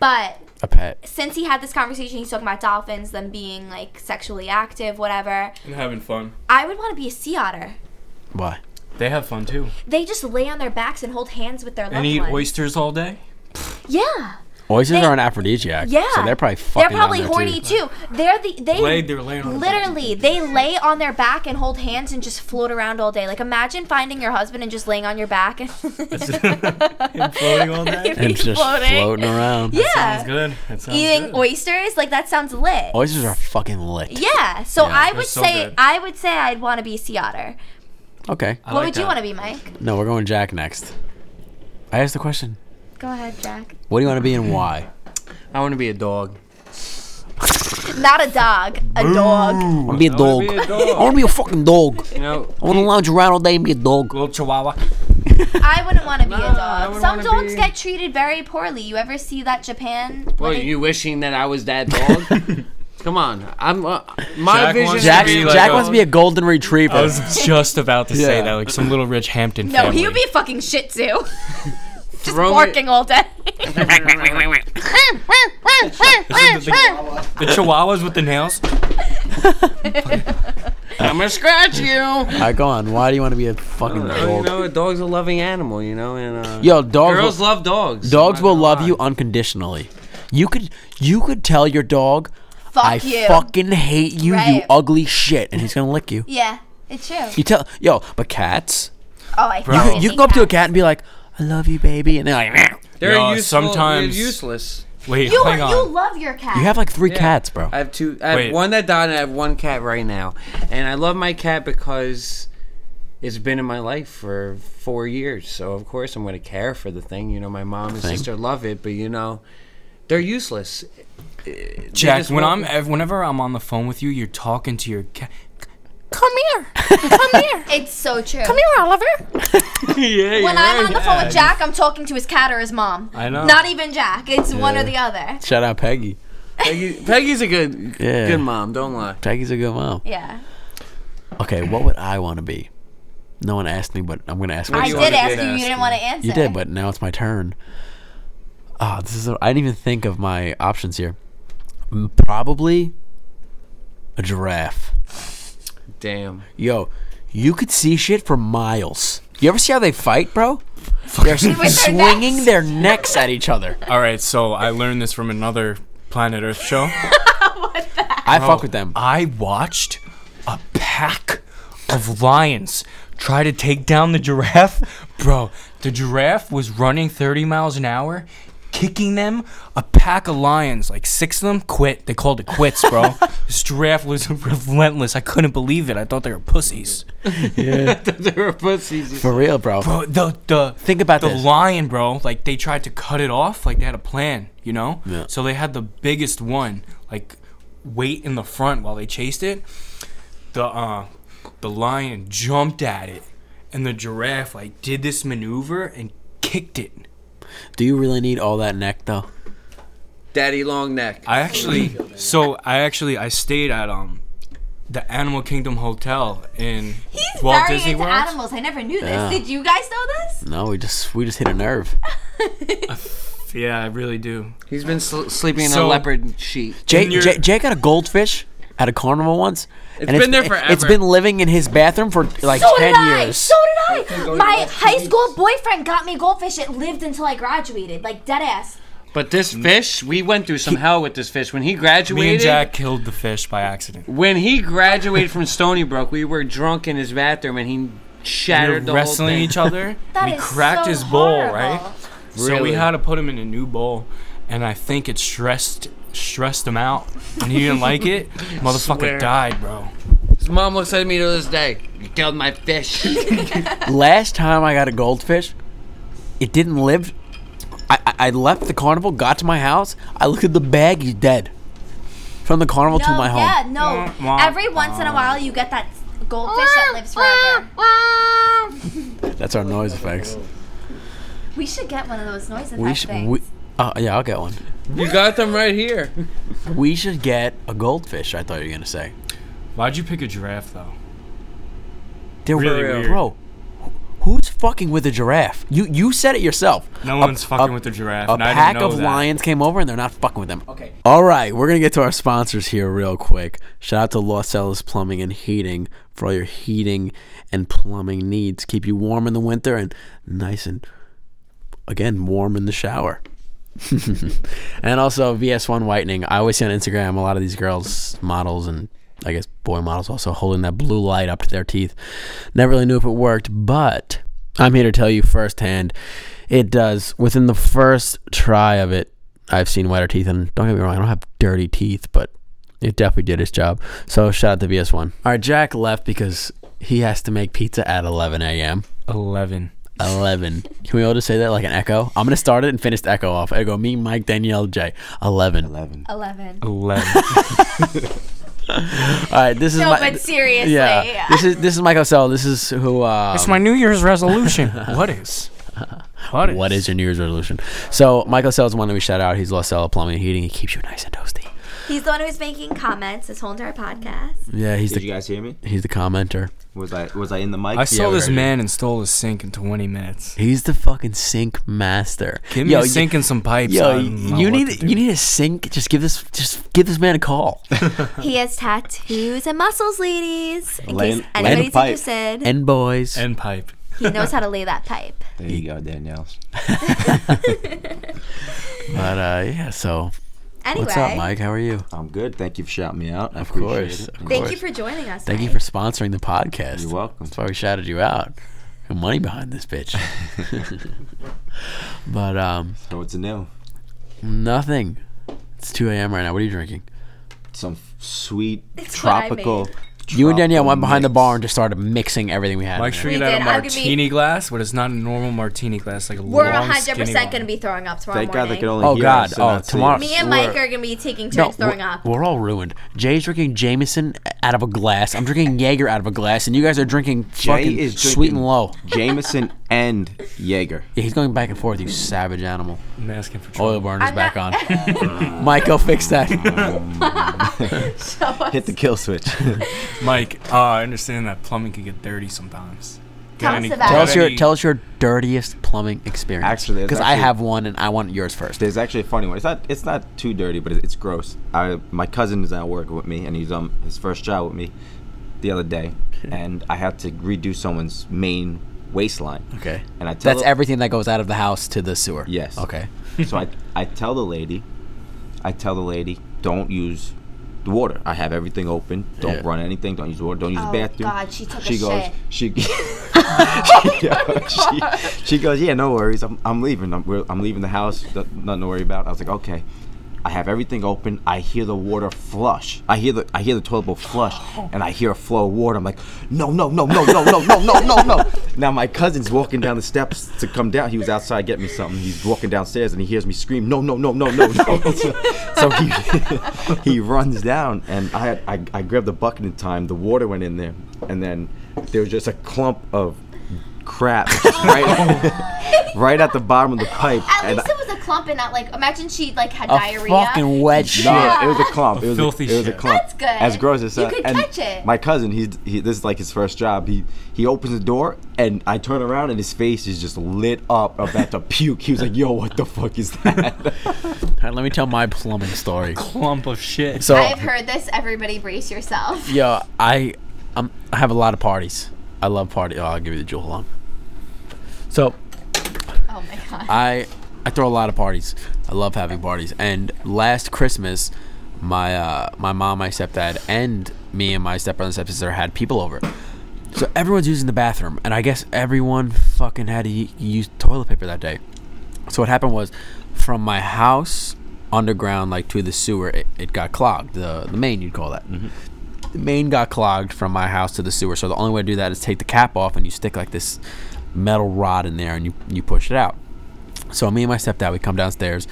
S4: but
S1: A pet.
S4: since he had this conversation, he's talking about dolphins, them being like sexually active, whatever.
S2: And having fun.
S4: I would want to be a sea otter.
S1: Why?
S2: They have fun too.
S4: They just lay on their backs and hold hands with their loved
S2: and eat
S4: ones.
S2: oysters all day.
S4: yeah,
S1: Oysters
S4: They-
S1: are an aphrodisiac.
S4: yeah.
S1: So they're probably fucking.
S4: They're probably
S1: down there,
S4: horny
S1: Too.
S4: too. They're the they
S2: Laid, they're laying on the back.
S4: literally they lay on their back and hold hands and just float around all day. Like imagine finding your husband and just laying on your back and,
S2: and floating all day.
S1: And just floating, around.
S4: Yeah.
S2: Sounds good. That sounds
S4: eating
S2: good.
S4: oysters like that sounds lit
S1: Oysters are fucking lit.
S4: yeah so
S1: Yeah,
S4: i
S2: they're
S4: would
S2: so
S4: say
S2: good.
S4: i would say i'd want to be a sea otter
S1: Okay.
S2: I
S4: what
S2: like
S4: would you
S2: that.
S4: want to be mike
S1: No, we're going Jack next. I asked the question.
S4: go ahead jack
S1: What do you want to be and why?
S3: I want to be a dog.
S4: not a dog a dog
S1: I want to be a dog.
S2: be a dog.
S1: I want to be a fucking dog.
S3: You know,
S1: I want to lounge around all day and be a dog.
S2: Little chihuahua.
S4: i wouldn't want to be a
S3: No, I
S4: dog
S3: wouldn't
S4: some
S3: wanna
S4: dogs
S3: be-
S4: get treated very poorly you ever see that japan when
S3: what
S4: they-
S3: you wishing that I was that dog? Come on, I'm uh, my
S2: Jack
S3: vision.
S2: wants
S3: would
S1: Jack,
S2: be like
S1: Jack
S2: a-
S1: wants to be a golden retriever.
S2: I was just about to say
S1: Yeah.
S2: that, like some little rich Hampton
S4: no
S2: family.
S4: he would be a fucking shih tzu just
S3: Throw it-
S4: barking all day
S2: the chihuahuas with the nails.
S3: I'm gonna scratch you.
S1: All right, go on. Why do you want to be a fucking
S3: you
S1: dog?
S3: know, a dog's a loving animal. You know, and uh,
S1: Yo, dogs. will-
S3: girls love dogs.
S1: Dogs
S3: I'm not
S1: will
S3: gonna
S1: love
S3: lie.
S1: you unconditionally. You could you could tell your dog,
S4: fuck
S1: I
S4: you
S1: fucking hate you, you
S4: Right.
S1: ugly shit, and he's gonna lick you.
S4: yeah it's true
S1: You tell yo, but cats,
S4: oh i
S1: you,
S4: fucking
S1: you
S4: hate
S1: can go up to a
S4: cats.
S1: cat and be like, I love you, baby, and they're like, "Meow."
S3: They're
S2: Yo,
S3: useful,
S2: sometimes-
S3: they're useless.
S2: Wait,
S4: you,
S2: hang
S4: are, you
S2: on.
S4: love your cat
S1: you have like three
S3: Yeah.
S1: cats, bro.
S3: I have two. I have
S2: Wait.
S3: one that died, and I have one cat right now. And I love my cat because it's been in my life for four years. So of course I'm going to care for the thing. You know, my mom and sister love it, but you know, they're useless.
S2: Jack,
S3: just
S2: when I'm
S3: want-
S2: ev- whenever I'm on the phone with you, you're talking to your cat.
S8: Come here. Come here.
S4: It's so true.
S8: Come here, Oliver.
S2: yeah,
S4: When I'm on the phone with Jack, I'm talking to his cat or his mom.
S2: I know.
S4: Not even Jack. It's one or the other.
S1: Shout out Peggy.
S3: Peggy, Peggy's a good,
S1: Yeah.
S3: good mom. Don't lie.
S1: Peggy's a good mom.
S4: Yeah.
S1: Okay, what would I want to be? No one asked me, but I'm gonna ask
S3: do
S4: I
S1: myself.
S3: you
S4: did
S3: wanna
S4: ask
S3: do?
S4: you. You didn't want to answer.
S1: You did, but now it's my turn. Ah, this is. I I didn't even think of my options here. M- Probably a giraffe.
S3: Damn.
S1: Yo, you could see shit for miles. You ever see how they fight, bro? They're
S4: their
S1: swinging their necks at each other.
S9: All right, so I learned this from another Planet Earth show.
S1: I fuck with them.
S2: I watched a pack of lions try to take down the giraffe. Bro, the giraffe was running 30 miles an hour, kicking them. A pack of lions, like six of them, quit. They called it quits, bro. this giraffe was relentless. I couldn't believe it. I thought they were pussies.
S3: they were pussies.
S1: For real, bro.
S2: Bro, the the
S1: Think about
S2: the
S1: this.
S2: lion, bro. Like they tried to cut it off. Like they had a plan, you know.
S1: Yeah.
S2: So they had the biggest one, like wait in the front while they chased it. The uh, the lion jumped at it, and the giraffe like did this maneuver and kicked it.
S1: Do you really need all that neck though?
S3: Daddy long neck.
S2: I actually, so I actually I stayed at um, the Animal Kingdom Hotel in
S4: He's
S2: Walt
S4: very
S2: Disney
S4: into
S2: World.
S4: animals. I never knew this.
S1: Yeah.
S4: Did you guys know this?
S1: No, we just we just hit a nerve.
S2: Yeah, I really do.
S3: He's been sl- sleeping in a
S2: So-
S3: leopard sheet.
S1: Jay,
S2: your-
S1: Jay, Jay got a goldfish at a carnival once. and
S9: been there
S1: it- It's
S9: forever.
S1: been living in his bathroom for like
S4: so
S1: ten
S4: did I.
S1: years.
S4: So did I. My high school boyfriend got me goldfish. It lived until I graduated. Like dead ass.
S3: But this fish, we went through some hell with this fish. When he graduated,
S2: Me and Jack killed the fish by accident.
S3: when he graduated from Stony Brook, we were drunk in his bathroom and he
S2: We
S3: shattered
S2: were
S3: the
S2: wrestling
S3: whole thing.
S2: each other.
S4: That
S2: we
S4: is
S2: cracked
S4: so
S2: his bowl,
S4: horrible.
S2: right? So we
S3: Really?
S2: had to put him in a new bowl, and I think it stressed stressed him out, and he didn't like it. Motherfucker
S3: Swear.
S2: died, bro.
S3: His mom looks at me to this day. You killed my fish.
S1: Last time I got a goldfish, it didn't live. I, I I left the carnival, got to my house. I looked at the bag. He's dead. From the carnival Oh, to
S4: no,
S1: my home.
S4: yeah, no.
S2: Wah, wah,
S4: Every once in a while, you get that goldfish that lives forever.
S1: That's our noise effects.
S4: We should get one of those noise effect
S1: We should.
S4: things.
S1: We, uh, yeah, I'll get one.
S3: you got them right here.
S1: We should get a goldfish. I thought you were gonna say.
S2: Why'd you pick a giraffe though?
S1: They're
S2: Really
S1: real.
S2: weird.
S1: bro. wh- Who's fucking with a giraffe? You you said it yourself.
S2: No
S1: A-
S2: one's fucking
S1: a-
S2: with the giraffe.
S1: A
S2: and I didn't
S1: pack
S2: know
S1: of
S2: that.
S1: lions came over and they're not fucking with them. Okay. All right, we're gonna get to our sponsors here real quick. Shout out to Los Ellis Plumbing and Heating for all your heating and plumbing needs. Keep you warm in the winter and nice and again warm in the shower. and also VS1 whitening. I always see on Instagram a lot of these girls, models, and I guess boy models also holding that blue light up to their teeth. Never really knew if it worked, but I'm here to tell you firsthand it does. Within the first try of it, I've seen whiter teeth, and don't get me wrong, I don't have dirty teeth, but it definitely did its job. So shout out to VS1. All right, Jack left because he has to make pizza at 11 a.m.
S2: Eleven.
S1: 11. Can we all just say that like an echo? I'm going to start it and finish the echo off. Echo, me, Mike, Danielle, Jay. 11.
S10: 11.
S4: Eleven.
S2: Eleven.
S1: All right, this is
S4: No,
S1: my.
S4: but seriously.
S1: yeah.
S4: Yeah.
S1: This is this is Mike Osell. This is who. Uh,
S2: it's my New Year's resolution. what is? What is?
S1: what is your New Year's resolution? So, Mike Osell is the one that we shout out. He's Los Ellis Plumbing and Heating. He keeps you nice and toasty.
S4: He's the one who's making comments this whole entire podcast.
S1: Yeah, he's
S9: Did
S1: the
S9: you guys hear me?
S1: he's the commenter.
S9: Was I was I in the mic?
S2: I saw
S9: Yeah,
S2: this
S9: right.
S2: man and stole his sink in 20 minutes.
S1: He's the fucking sink master.
S2: Give me
S1: Yo,
S2: a sink and some pipes.
S1: Yo,
S2: I
S1: y-
S2: don't know
S1: you
S2: what
S1: need
S2: to do.
S1: you need a sink. Just give this just give this man a call.
S4: He has tattoos and muscles, ladies. In
S10: Lay-
S4: case
S10: lay the
S4: anybody's
S10: pipe.
S4: interested,
S1: and boys.
S2: and pipe.
S4: he knows how to lay that pipe.
S10: There you go, Danielle.
S1: but uh, yeah, so
S4: Anyway,
S1: what's up, Mike? How are you?
S10: I'm good. Thank you for shouting me out. I
S1: Of
S10: appreciate
S1: course,
S10: it.
S1: of
S4: thank
S1: course.
S4: you for joining us.
S1: Thank you
S4: Mike.
S1: for sponsoring the podcast.
S10: You're welcome.
S1: That's why we shouted you out. Got money behind this bitch. but um,
S10: So it's new.
S1: nothing. It's 2 a.m. right now. What are you drinking?
S10: Some f- sweet
S4: It's what I made.
S10: tropical.
S1: You and Danielle went
S10: tropical
S1: behind the
S10: mix.
S1: bar and just started mixing everything we had.
S2: Mike
S1: in
S2: sure you
S4: We
S2: had
S4: did.
S2: a
S4: I'll give me-
S2: martini glass, but it's not a normal martini glass. Like a
S4: We're
S2: long,
S4: 100
S2: skinny
S4: percent
S2: one.
S4: going to be throwing up tomorrow
S10: Thank God
S4: morning.
S10: they could only
S1: Oh,
S10: hear
S1: God.
S10: us and
S1: Oh,
S10: not see
S1: tomorrow-
S10: us.
S4: Me and
S1: We're-
S4: Mike are going to be taking
S1: there.
S4: turns
S1: no,
S4: throwing
S1: we're,
S4: up.
S1: we're all ruined. Jay's drinking Jameson out of a glass. I'm drinking Jaeger out of a glass, and you guys are drinking fucking
S10: Jay is drinking
S1: sweet and low.
S10: Jameson and Jaeger.
S1: Yeah, he's going back and forth. You savage animal.
S2: I'm asking for trouble.
S1: Oil burner's
S4: I'm
S1: back
S4: not-
S1: on. Mike, go fix that.
S10: Hit the kill switch.
S2: Mike, uh, I understand that plumbing can get dirty sometimes.
S4: Tell
S2: Got
S4: us
S2: any-
S4: about
S1: Tell
S4: it.
S1: us your
S2: Any-
S1: tell us your dirtiest plumbing experience.
S10: Actually, there's
S1: because I
S10: actually-
S1: have one and I want yours first.
S10: There's actually a funny one. It's not. It's not too dirty, but it's, it's gross. I my cousin is at work with me, and he's um his first job with me, the other day, and I had to redo someone's main waistline.
S1: Okay.
S10: And I tell
S1: That's
S10: the-
S1: everything that goes out of the house to the sewer.
S10: Yes.
S1: Okay.
S10: so I, I tell the lady, I tell the lady, don't use the water. I have everything open. Don't
S1: Yeah.
S10: run anything. Don't use the water. Don't use
S4: Oh,
S10: the bathroom.
S4: God, she took a
S10: goes,
S4: shit.
S10: She, she, goes, she, she goes, yeah, no worries. I'm, I'm leaving. I'm, we're, I'm leaving the house. No- Nothing to worry about. I was like, okay. I have everything open. I hear the water flush. I hear the I hear the toilet bowl flush, and I hear a flow of water. I'm like, no, no, no, no, no, no, no, no, no, no. Now my cousin's walking down the steps to come down. He was outside getting me something. He's walking downstairs, and he hears me scream, no, no, no, no, no, no. So, so he he runs down, and I, I I grabbed the bucket in time. The water went in there, and then there was just a clump of crap just right right at the bottom of the pipe.
S4: At
S10: and
S4: least
S10: I-
S4: it was a clump and not like imagine she like had
S1: A
S4: diarrhea.
S1: fucking wet shit.
S10: No, it was a clump. It was
S2: filthy
S10: a, it was a
S2: shit.
S10: clump.
S4: That's good.
S10: As gross as
S4: You
S10: that.
S4: could
S10: and
S4: catch it.
S10: My cousin, he's he, this is like his first job. He he opens the door and I turn around and his face is just lit up, about to puke. He was like, "Yo, what the fuck is that?"
S1: All right, let me tell my plumbing story.
S6: Clump of shit.
S1: So
S4: I've heard this. Everybody brace yourself.
S1: Yo, I um, I have a lot of parties. I love party. Oh, I'll give you the jewel. Hold on. So
S4: Oh my god.
S1: I I throw a lot of parties. I love having parties. And last Christmas, my uh, my mom, my stepdad, and me and my stepbrother and stepsister had people over. So everyone's using the bathroom, and I guess everyone fucking had to u- use toilet paper that day. So what happened was, from my house underground, like to the sewer, it, it got clogged. The the main, you'd call that. The main got clogged from my house to the sewer. So the only way to do that is take the cap off, and you stick like this metal rod in there, and you you push it out. So me and my stepdad, we come downstairs.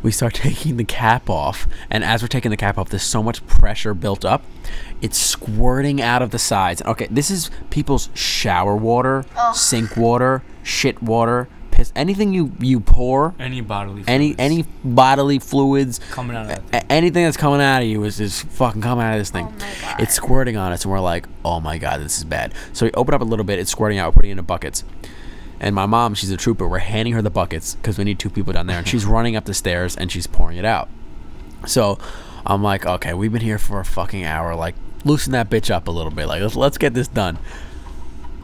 S1: We start taking the cap off, and as we're taking the cap off, there's so much pressure built up, it's squirting out of the sides. Okay, this is people's shower water, sink water, shit water, piss, anything you you pour,
S2: Any bodily
S1: any
S2: fluids.
S1: any bodily fluids,
S2: coming out of that.
S1: a- anything that's coming out of you is, is fucking coming out of this thing.
S4: Oh my God.
S1: It's squirting on us, and we're like, oh my God, this is bad. So we open up a little bit, it's squirting out, we're putting it into buckets. And my mom, she's a trooper, we're handing her the buckets because we need two people down there, and she's running up the stairs and she's pouring it out. So I'm like, okay, we've been here for a fucking hour. Like, loosen that bitch up a little bit. Like, let's, let's get this done.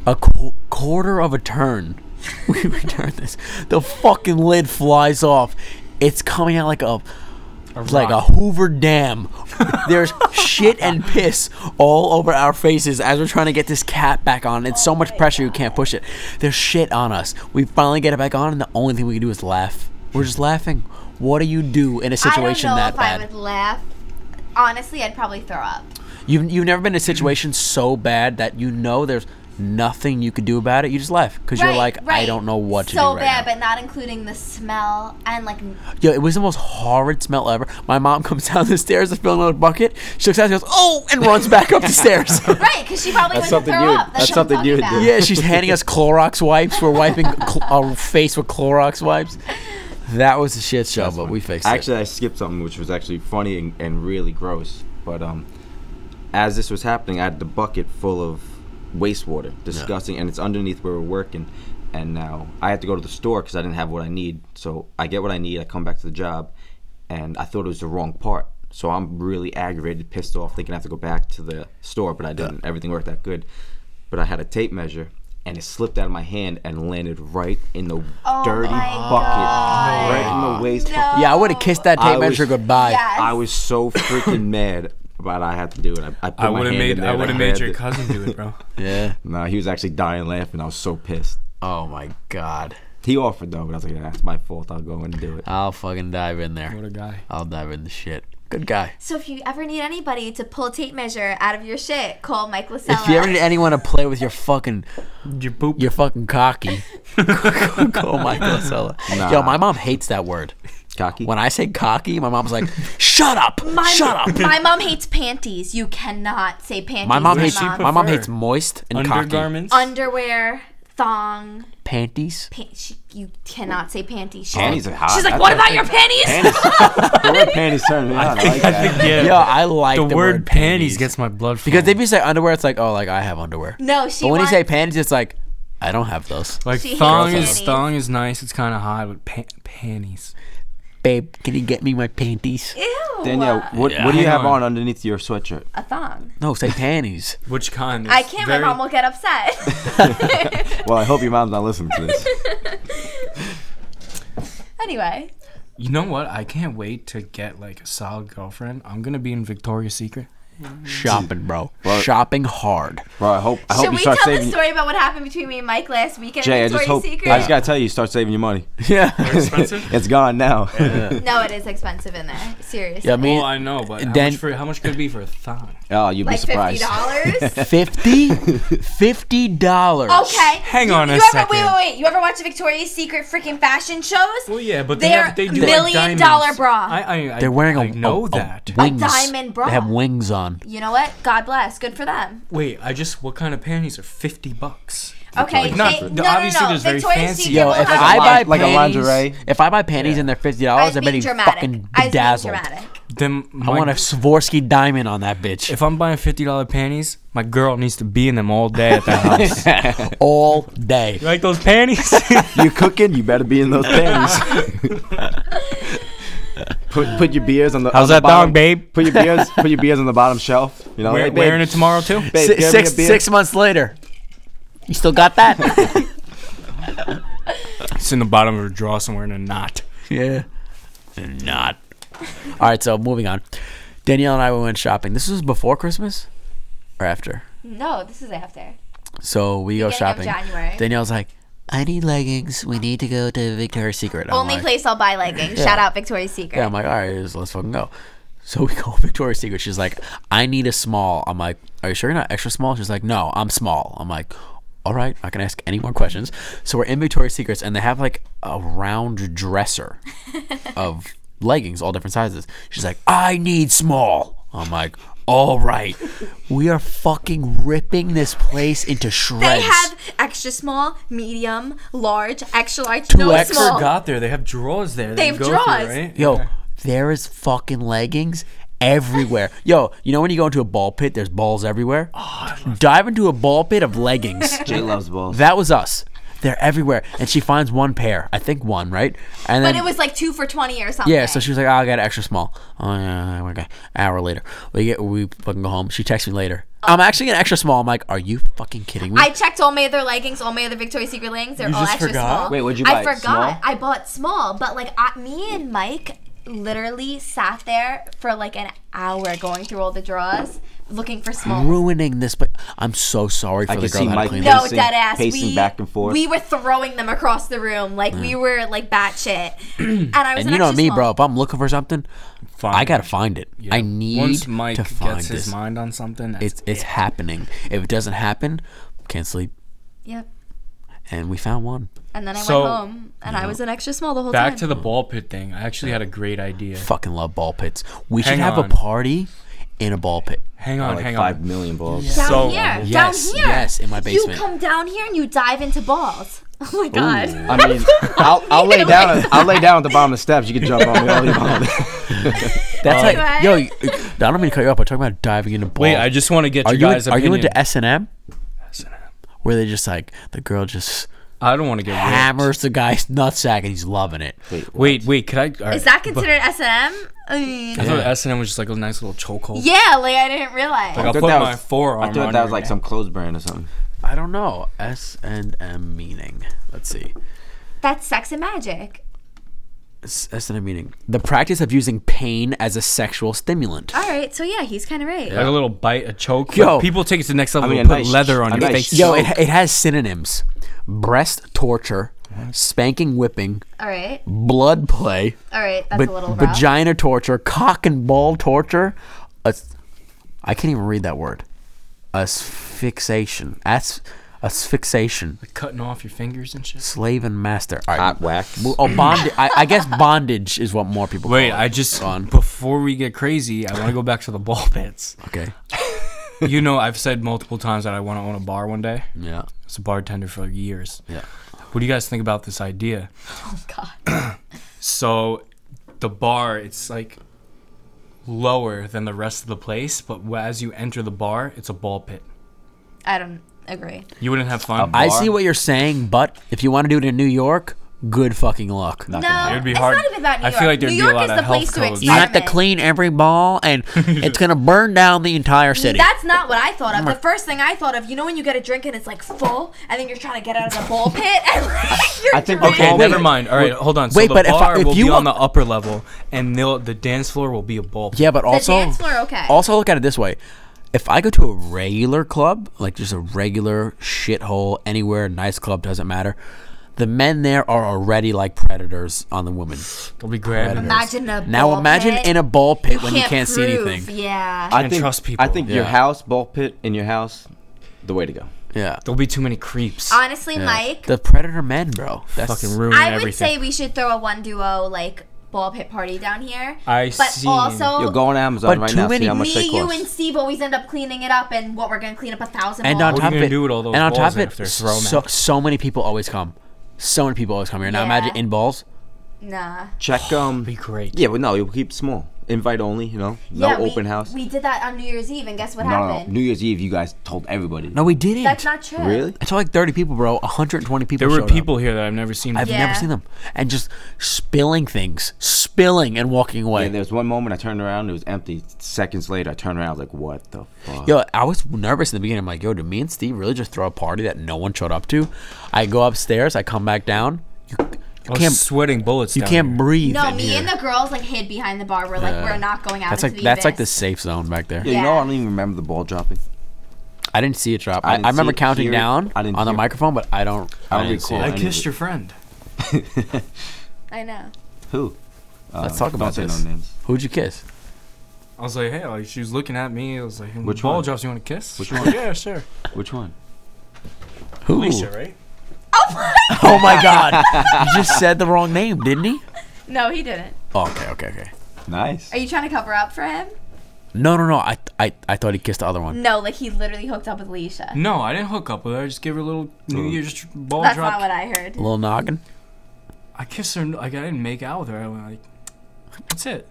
S1: A qu- quarter of a turn. We return this. The fucking lid flies off. It's coming out like a like a
S2: rock.
S1: Hoover Dam. There's shit and piss all over our faces as we're trying to get this cap back on. It's so much pressure you can't push it. There's shit on us. We finally get it back on, and the only thing we can do is laugh. We're just laughing. What do you do in a situation
S4: I don't know
S1: that
S4: if
S1: bad?
S4: I would laugh. Honestly, I'd probably throw up.
S1: You've, you've never been in a situation so bad that you know there's nothing you could do about it. You just laugh because you're like, I don't know what to
S4: so
S1: do right
S4: bad,
S1: now.
S4: but not including the smell and like.
S1: Yo, it was the most horrid smell ever. My mom comes down the stairs to fill another bucket. She looks out and goes, oh, and runs back up the stairs.
S4: Right, because she probably
S10: That's
S4: went to
S10: something
S4: throw
S10: you would-
S4: up. what
S10: that's
S4: I'm
S10: something you
S4: talking
S10: would do.
S1: yeah, she's handing us Clorox wipes. We're wiping cl- our face with Clorox wipes. That was a shit show, but we fixed it.
S10: Actually, I skipped something which was actually funny and, and really gross. But um, as this was happening, I had the bucket full of wastewater, disgusting, and it's underneath where we're working. And now I had to go to the store because I didn't have what I need. So I get what I need. I come back to the job, and I thought it was the wrong part. So I'm really aggravated, pissed off, thinking I have to go back to the store, but I didn't. Everything worked out good. But I had a tape measure, and it slipped out of my hand and landed right in the dirty
S4: Oh my
S10: bucket, right in the waste.
S4: No.
S1: yeah, I would have kissed that
S10: I
S1: tape
S10: was-
S1: measure goodbye.
S4: Yes.
S10: I was so freaking mad, but I had to do it. I, I, put
S2: I
S10: my
S2: would have
S10: hand in
S2: made
S10: there
S2: I
S10: and
S2: would have
S10: grabbed
S2: made your
S10: it.
S2: cousin do it, bro.
S1: Yeah.
S10: Nah, he was actually dying laughing. I was so pissed.
S1: Oh my god.
S10: He offered though, but I was like, "Nah, "That's my fault. I'll go and do it."
S1: I'll fucking dive in there.
S2: What a guy.
S1: I'll dive in the shit. Good guy.
S4: So if you ever need anybody to pull a tape measure out of your shit, call Mike Lasella.
S1: If you ever need anyone to play with your fucking
S6: Your poop.
S1: your fucking cocky, call Michael Osella. Yo,
S10: Nah.
S1: my mom hates that word.
S10: Cocky.
S1: When I say cocky, my mom's like, "Shut up!
S4: my,
S1: Shut up!"
S4: My mom hates panties. You cannot say panties.
S1: My mom
S4: to
S1: hates
S2: she
S1: my mom
S2: prefer?
S1: hates moist and cocky
S2: Undergarments.
S4: underwear, thong.
S1: panties.
S4: Pa- she, you cannot say panties. She's
S10: Panties
S4: like,
S10: are hot.
S4: She's like,
S10: That's
S4: what
S10: a-
S4: about your panties?
S10: the word panties turned me on. I like that.
S2: yeah.
S1: Yo, I like
S2: the,
S1: the,
S2: word panties gets my blood
S1: because
S2: flowing.
S1: if you say underwear, it's like, "Oh, like I have underwear."
S4: No, she.
S1: but when you
S4: wants,
S1: say panties, it's like, "I don't have those."
S2: like
S4: she hates
S2: thong is
S4: panties.
S2: thong is nice. It's kind of hot, but pa- panties.
S1: Babe, can you get me my panties?
S4: ew,
S10: Danielle, what,
S1: Yeah,
S10: what do you
S2: hang
S10: have
S2: on.
S10: on underneath your sweatshirt?
S4: uh, a thong.
S3: No, say panties.
S2: Which kind?
S4: I
S2: It's
S4: can't.
S2: very-
S4: My mom will get upset.
S10: Well, I hope your mom's not listening to this.
S4: anyway,
S2: You know what? I can't wait to get like a solid girlfriend. I'm gonna be in Victoria's Secret.
S1: Shopping, bro. Shopping hard.
S10: Bro, I hope I hope
S4: should we
S10: you start
S4: tell
S10: saving.
S4: the story about what happened between me and Mike last weekend?
S10: Jay, I
S4: at
S10: just
S4: Victoria's
S10: hope
S4: Secret?
S10: I just gotta tell you, start saving your money.
S1: Yeah.
S2: Expensive?
S10: It's gone now.
S4: no, it is expensive in there. Seriously.
S1: yeah, I mean,
S2: well, I know, but how
S1: Then-
S2: much for how much could it be for a thong?
S10: oh, you'd
S4: like
S10: be surprised.
S4: $50?
S1: 50 50 dollars.
S4: Okay.
S2: Hang
S4: you,
S2: on a
S4: you ever, Wait,
S2: second.
S4: wait, wait. You ever watch the Victoria's Secret freaking fashion shows?
S2: Well, yeah, but
S4: they
S2: they,
S4: They're
S2: have, they do like
S4: million
S2: diamonds.
S4: dollar bra.
S2: I, I, I,
S1: They're wearing a
S2: I know
S1: a- a
S2: that.
S1: wings.
S4: diamond bra.
S1: They have wings on.
S4: You know what? God bless. Good for them.
S2: Wait, I just what kind of panties are fifty bucks?
S4: Okay.
S2: Not-
S4: they-
S2: the-
S4: no,
S2: obviously
S4: no, no.
S2: there's very
S4: Victoria's
S2: fancy-
S4: Secret
S1: Yo,
S4: will
S1: if
S4: have-
S1: I buy
S10: like a
S1: panties,
S10: lingerie?
S1: if I buy panties and they're fifty
S4: I
S1: dollars,
S4: was
S1: I'm
S4: being
S1: getting
S4: dramatic.
S1: fucking
S4: I was being
S1: bedazzled.
S4: dramatic.
S2: Then
S1: I
S2: my,
S1: want a Swarovski diamond on that bitch
S2: If I'm buying fifty dollar panties, my girl needs to be in them all day at the house.
S1: all day.
S2: like those panties?
S10: you cooking? You better be in those panties. put put your beers on the.
S2: How's
S10: on the
S2: that
S10: bottom-
S2: dong, babe?
S10: Put your beers. Put your beers on the bottom shelf. You know,
S2: Wear,
S10: hey, babe,
S2: wearing it tomorrow too.
S10: babe,
S1: Si-
S10: give me
S1: six
S10: a beer.
S1: six months later, you still got that?
S2: It's in the bottom of her drawer somewhere in a knot.
S1: yeah, not. All right, so moving on. Danielle and I we went shopping. This was before Christmas or after.
S4: No, this is after.
S1: So we go
S4: Beginning of
S1: shopping.
S4: January.
S1: Danielle's like, I need leggings. We need to go to Victoria's Secret. I'm
S4: Only
S1: like,
S4: place I'll buy leggings. Shout out Victoria's Secret.
S1: Yeah, I'm like, all right, let's- let's fucking go. So we go Victoria's Secret. She's like, I need a small. I'm like, are you sure you're not extra small? She's like, no, I'm small. I'm like, all right, I can ask any more questions. So we're in Victoria's Secrets, and they have like a round dresser of leggings, all different sizes. She's like, I need small. I'm like, all right. We are fucking ripping this place into shreds.
S4: They have extra small, medium, large, extra large,
S1: Two
S4: no
S1: extra
S4: small.
S2: Got there. They have drawers there. that
S4: They
S2: you
S4: have
S2: go
S4: drawers.
S2: Through, right?
S1: Yo, there is fucking leggings everywhere. Yo, you know when you go into a ball pit, there's balls everywhere?
S4: Oh,
S1: Dive into a ball pit of leggings.
S10: Jay loves balls.
S1: that was us. They're everywhere. And she finds one pair. I think one, right? And
S4: But
S1: then
S4: it was like two for 20 or something.
S1: yeah, so she was like, oh, I got extra small. Oh, yeah, yeah, okay. Hour later. We get, we fucking go home. She texts me later. I'm actually an extra small. I'm like, are you fucking kidding me?
S4: I checked all my other leggings, all my other Victoria's Secret leggings. They're all
S2: just
S4: extra
S2: forgot?
S4: small.
S10: Wait, what'd you
S4: I
S10: buy?
S4: forgot.
S10: Small?
S4: I bought small, but like I, me and Mike literally sat there for like an hour going through all the drawers looking for small.
S1: Ruining this, but I'm so sorry for the girl
S10: can see
S1: that had to
S10: Mike
S1: clean
S10: there.
S1: this.
S4: no,
S10: Pacing-
S4: dead ass.
S10: pacing
S4: we,
S10: back and forth.
S4: We were throwing them across the room like we were like batshit. and I was
S1: And
S4: an
S1: you know
S4: extra
S1: me,
S4: small.
S1: bro. If I'm looking for something,
S2: Fine.
S1: I gotta find it. I need
S2: Once Mike
S1: to find
S2: gets
S1: this.
S2: his mind on something, that's
S1: It's it's happening. If it doesn't happen, can't sleep.
S4: Yep.
S1: And we found one.
S4: And then I
S2: So-
S4: went home and I was an extra small the whole time.
S2: back to the ball pit thing. I actually had a great idea.
S1: Fucking love ball pits. We should
S2: Hang
S1: have
S2: on.
S1: a party in a ball pit.
S2: Hang on,
S10: Like
S2: hang
S10: five
S2: on.
S10: million balls.
S4: down
S2: So-
S4: here.
S1: Yes,
S4: down here.
S1: yes, in my basement.
S4: You come down here and you dive into balls. Oh my god.
S10: I mean, I'll, I'll lay down. I'll lay down at the bottom of the steps. You can jump on me all you want.
S1: That's like
S4: Alright.
S1: yo. you- I don't mean to cut you off. I'm talking about diving into ball.
S2: Wait, I just want to get
S1: are
S2: your
S1: you
S2: guys'
S1: in- are you
S2: opinion.
S1: into S and M? Where they just like the girl just
S2: I don't want to get ripped.
S1: hammers the guy's nutsack and he's loving it.
S2: Wait, wait. Could I? all right.
S4: Is that considered S and M? I mean,
S2: I thought S and M was just like a nice little chokehold.
S4: yeah, like I didn't realize.
S2: Like I'll
S10: thought
S2: put
S10: that
S2: my
S10: was-
S2: forearm.
S10: I thought
S2: on
S10: that
S2: your
S10: was like
S2: neck.
S10: some clothes brand or something.
S1: I don't know S and M meaning. Let's see.
S4: That's sex and magic.
S1: S and M meaning the practice of using pain as a sexual stimulant.
S4: All right, so yeah, he's kind of right.
S2: like a little bite, a choke.
S1: Yo.
S2: Like, people take it to the next level.
S10: mean,
S2: and
S10: a
S2: put
S10: nice-
S2: leather on
S10: a
S2: your
S10: nice-
S2: face.
S1: Yo, it, it has synonyms: breast torture, spanking, whipping,
S4: All right,
S1: blood play,
S4: all right, that's
S1: va-
S4: a little rough.
S1: vagina torture, cock and ball torture. I I can't even read that word. Asphyxiation. As asphyxiation.
S2: cutting off your fingers and shit.
S1: Slave and master. All right.
S10: Hot wax.
S1: Well, Oh, bondage. I, I guess bondage is what more people.
S2: Wait,
S1: call it.
S2: I just
S1: Go on.
S2: before we get crazy, I want to go back to the ball pits.
S1: Okay.
S2: you know, I've said multiple times that I want to own a bar one day.
S1: Yeah.
S2: It's a bartender for years.
S1: Yeah.
S2: What do you guys think about this idea?
S4: Oh, God.
S2: So, the bar, it's like lower than the rest of the place, but wh- as you enter the bar, it's a ball pit.
S4: I don't agree.
S2: You wouldn't have fun.
S1: I see what you're saying, but if you want to do it in New York, good fucking luck.
S10: Not
S4: No,
S10: gonna
S2: It would be
S4: it's
S2: hard.
S4: not even about New
S2: I
S4: York.
S2: feel like there'd
S4: New
S2: be a
S4: York
S2: lot
S4: is
S2: of
S4: the
S2: health
S4: place to
S2: codes.
S1: You have to
S4: experiment.
S1: clean every ball, and it's gonna burn down the entire city.
S4: That's not what I thought of. The first thing I thought of, you know, when you get a drink and it's like full, and then you're trying to get out of the ball pit, and like, you're
S10: I think-
S4: drunk.
S2: Okay,
S10: Oh,
S2: never
S1: wait.
S2: mind. All right, hold on. So
S1: Wait,
S2: the
S1: but if I-
S2: bar
S1: if
S2: will
S1: you
S2: be on
S1: want-
S2: the upper level, and they'll, the dance floor will be a ball. pit.
S1: Yeah, but also
S4: dance floor, okay.
S1: Also look at it this way. If I go to a regular club, like just a regular shithole anywhere, nice club doesn't matter. The men there are already like predators on the women.
S2: They'll be grabbing.
S1: Predators.
S4: Imagine a
S1: now
S4: ball
S1: imagine
S4: pit.
S1: in a ball pit when you can't see
S4: prove,
S1: anything.
S4: Yeah.
S10: I
S2: Can't
S10: think,
S2: trust
S10: I
S2: people.
S10: think your
S1: Yeah.
S10: house ball pit in your house, the way to go.
S1: Yeah.
S2: There'll be too many creeps.
S4: Honestly, Mike,
S1: The predator men, bro. That's
S2: fucking ruin
S4: I would
S2: everything.
S4: say we should throw a one duo like ball pit party down here.
S2: I
S4: but
S2: seen-
S4: also
S10: Yo, go on Amazon
S1: But
S10: right
S1: too
S10: now. See
S1: many-
S10: how much
S4: me,
S10: they
S4: you,
S10: cost.
S4: and Steve always end up cleaning it up, and what we're gonna clean up a thousand.
S1: and on
S2: What
S4: balls.
S2: are you
S1: top of
S2: gonna
S1: it,
S2: do with all those
S1: and on top
S2: balls
S1: of it,
S2: after? Throw 'em
S1: so
S2: out.
S1: so many people always come. So many people always come here. Now
S4: Yeah.
S1: imagine in balls.
S4: nah.
S10: Check um.
S2: be great.
S10: Yeah, but no, you keep small. Invite only. You know, no
S4: Yeah, we-
S10: open house.
S4: We did that on New Year's Eve, and guess what
S10: no, no, no.
S4: happened?
S10: New Year's Eve, you guys told everybody.
S1: No, we didn't.
S4: That's not true.
S10: really?
S1: I saw like 30 people, bro. 120 people.
S2: There were
S1: showed up.
S2: people here that I've never seen.
S1: I've
S2: before.
S4: Yeah.
S1: never seen them. And just spilling things, spilling and walking away.
S10: And there was one moment I turned around, it was empty. Seconds later, I turned around, I was like, "What the fuck?"
S1: Yo, I was nervous in the beginning. I'm like, yo, did me and Steve really just throw a party that no one showed up to? I go upstairs, I come back down. You,
S2: I
S1: you
S2: was
S1: can't,
S2: sweating bullets.
S1: you
S2: down
S1: can't
S2: here.
S1: breathe.
S4: No,
S1: in
S4: me
S1: here.
S4: and the girls like hid behind the bar. We're like, we're not going out.
S1: That's
S4: into
S1: like that's like the
S4: Vegas.
S1: safe zone back there.
S10: Yeah, you know,
S4: Yeah.
S10: I don't even remember the ball dropping.
S1: I didn't see it drop.
S10: I
S1: I, I,
S10: didn't see
S1: remember
S10: it,
S1: counting
S10: hear it.
S1: down
S10: I didn't
S1: on the
S10: hear it.
S1: microphone, but I don't. I,
S10: I don't
S1: didn't see
S10: recall.
S1: it.
S2: I kissed your friend.
S4: I know.
S10: Who? Uh,
S1: Let's talk about
S10: don't
S1: this.
S10: Say no names.
S1: Who'd you kiss?
S2: I was like, hey, like she was looking at me. I was like,
S10: Which
S2: ball
S10: one?
S2: drops? You want to kiss?
S10: Which
S2: She's
S10: one?
S2: like, yeah, sure.
S10: Which one?
S1: Who?
S2: Alicia, right?
S1: Oh my god! you just said the wrong name, didn't he?
S4: No, he didn't.
S1: Oh, okay, okay, okay.
S10: Nice.
S4: Are you trying to cover up for him?
S1: No, no, no. I, I, I thought he kissed the other one.
S4: No, like he literally hooked up with Leisha.
S2: No, I didn't hook up with her. I just gave her a little New Year's ball
S4: That's
S2: drop.
S4: not what I heard.
S1: A little noggin.
S2: I kissed her. Like I didn't make out with her. I went like, that's it.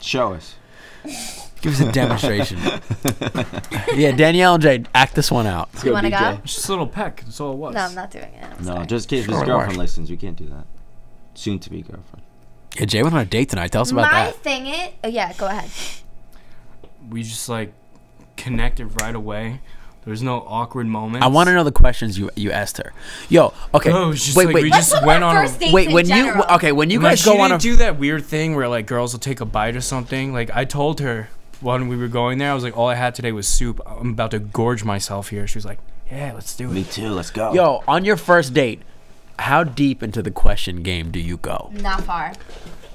S10: Show us.
S1: Give us a demonstration. yeah, Danielle and Jay, act this one out.
S10: Let's
S4: You wanna
S10: BJ.
S4: go?
S2: It's just a little peck. That's all it was.
S4: No, I'm not doing it. I'm
S10: No,
S4: sorry.
S10: just kidding. His
S1: Sure,
S10: girlfriend
S1: why?
S10: listens. We can't do that. Soon to be girlfriend.
S1: Yeah, Jay went on a date tonight. Tell us about
S4: My
S1: that.
S4: thing it. Oh, yeah, go ahead.
S2: We just like connected right away. There was no awkward moments.
S1: I want to know the questions you you asked her. Yo, okay.
S2: No, it was Oh, just
S1: wait,
S2: like
S1: wait,
S2: we
S4: Let's
S2: just
S4: talk
S2: went
S4: about
S2: on a-
S4: first dates
S1: wait.
S4: in
S1: When
S4: general.
S1: you okay, when you
S2: Like,
S1: guys
S2: she
S1: go on a
S2: didn't do that weird thing where like girls will take a bite or something. Like I told her when we were going there, I was like, all I had today was soup. I'm about to gorge myself here. She was like, yeah, let's do
S10: Me
S2: it.
S10: too. Let's go.
S1: yo on your first date, how deep into the question game do you go?
S4: Not far.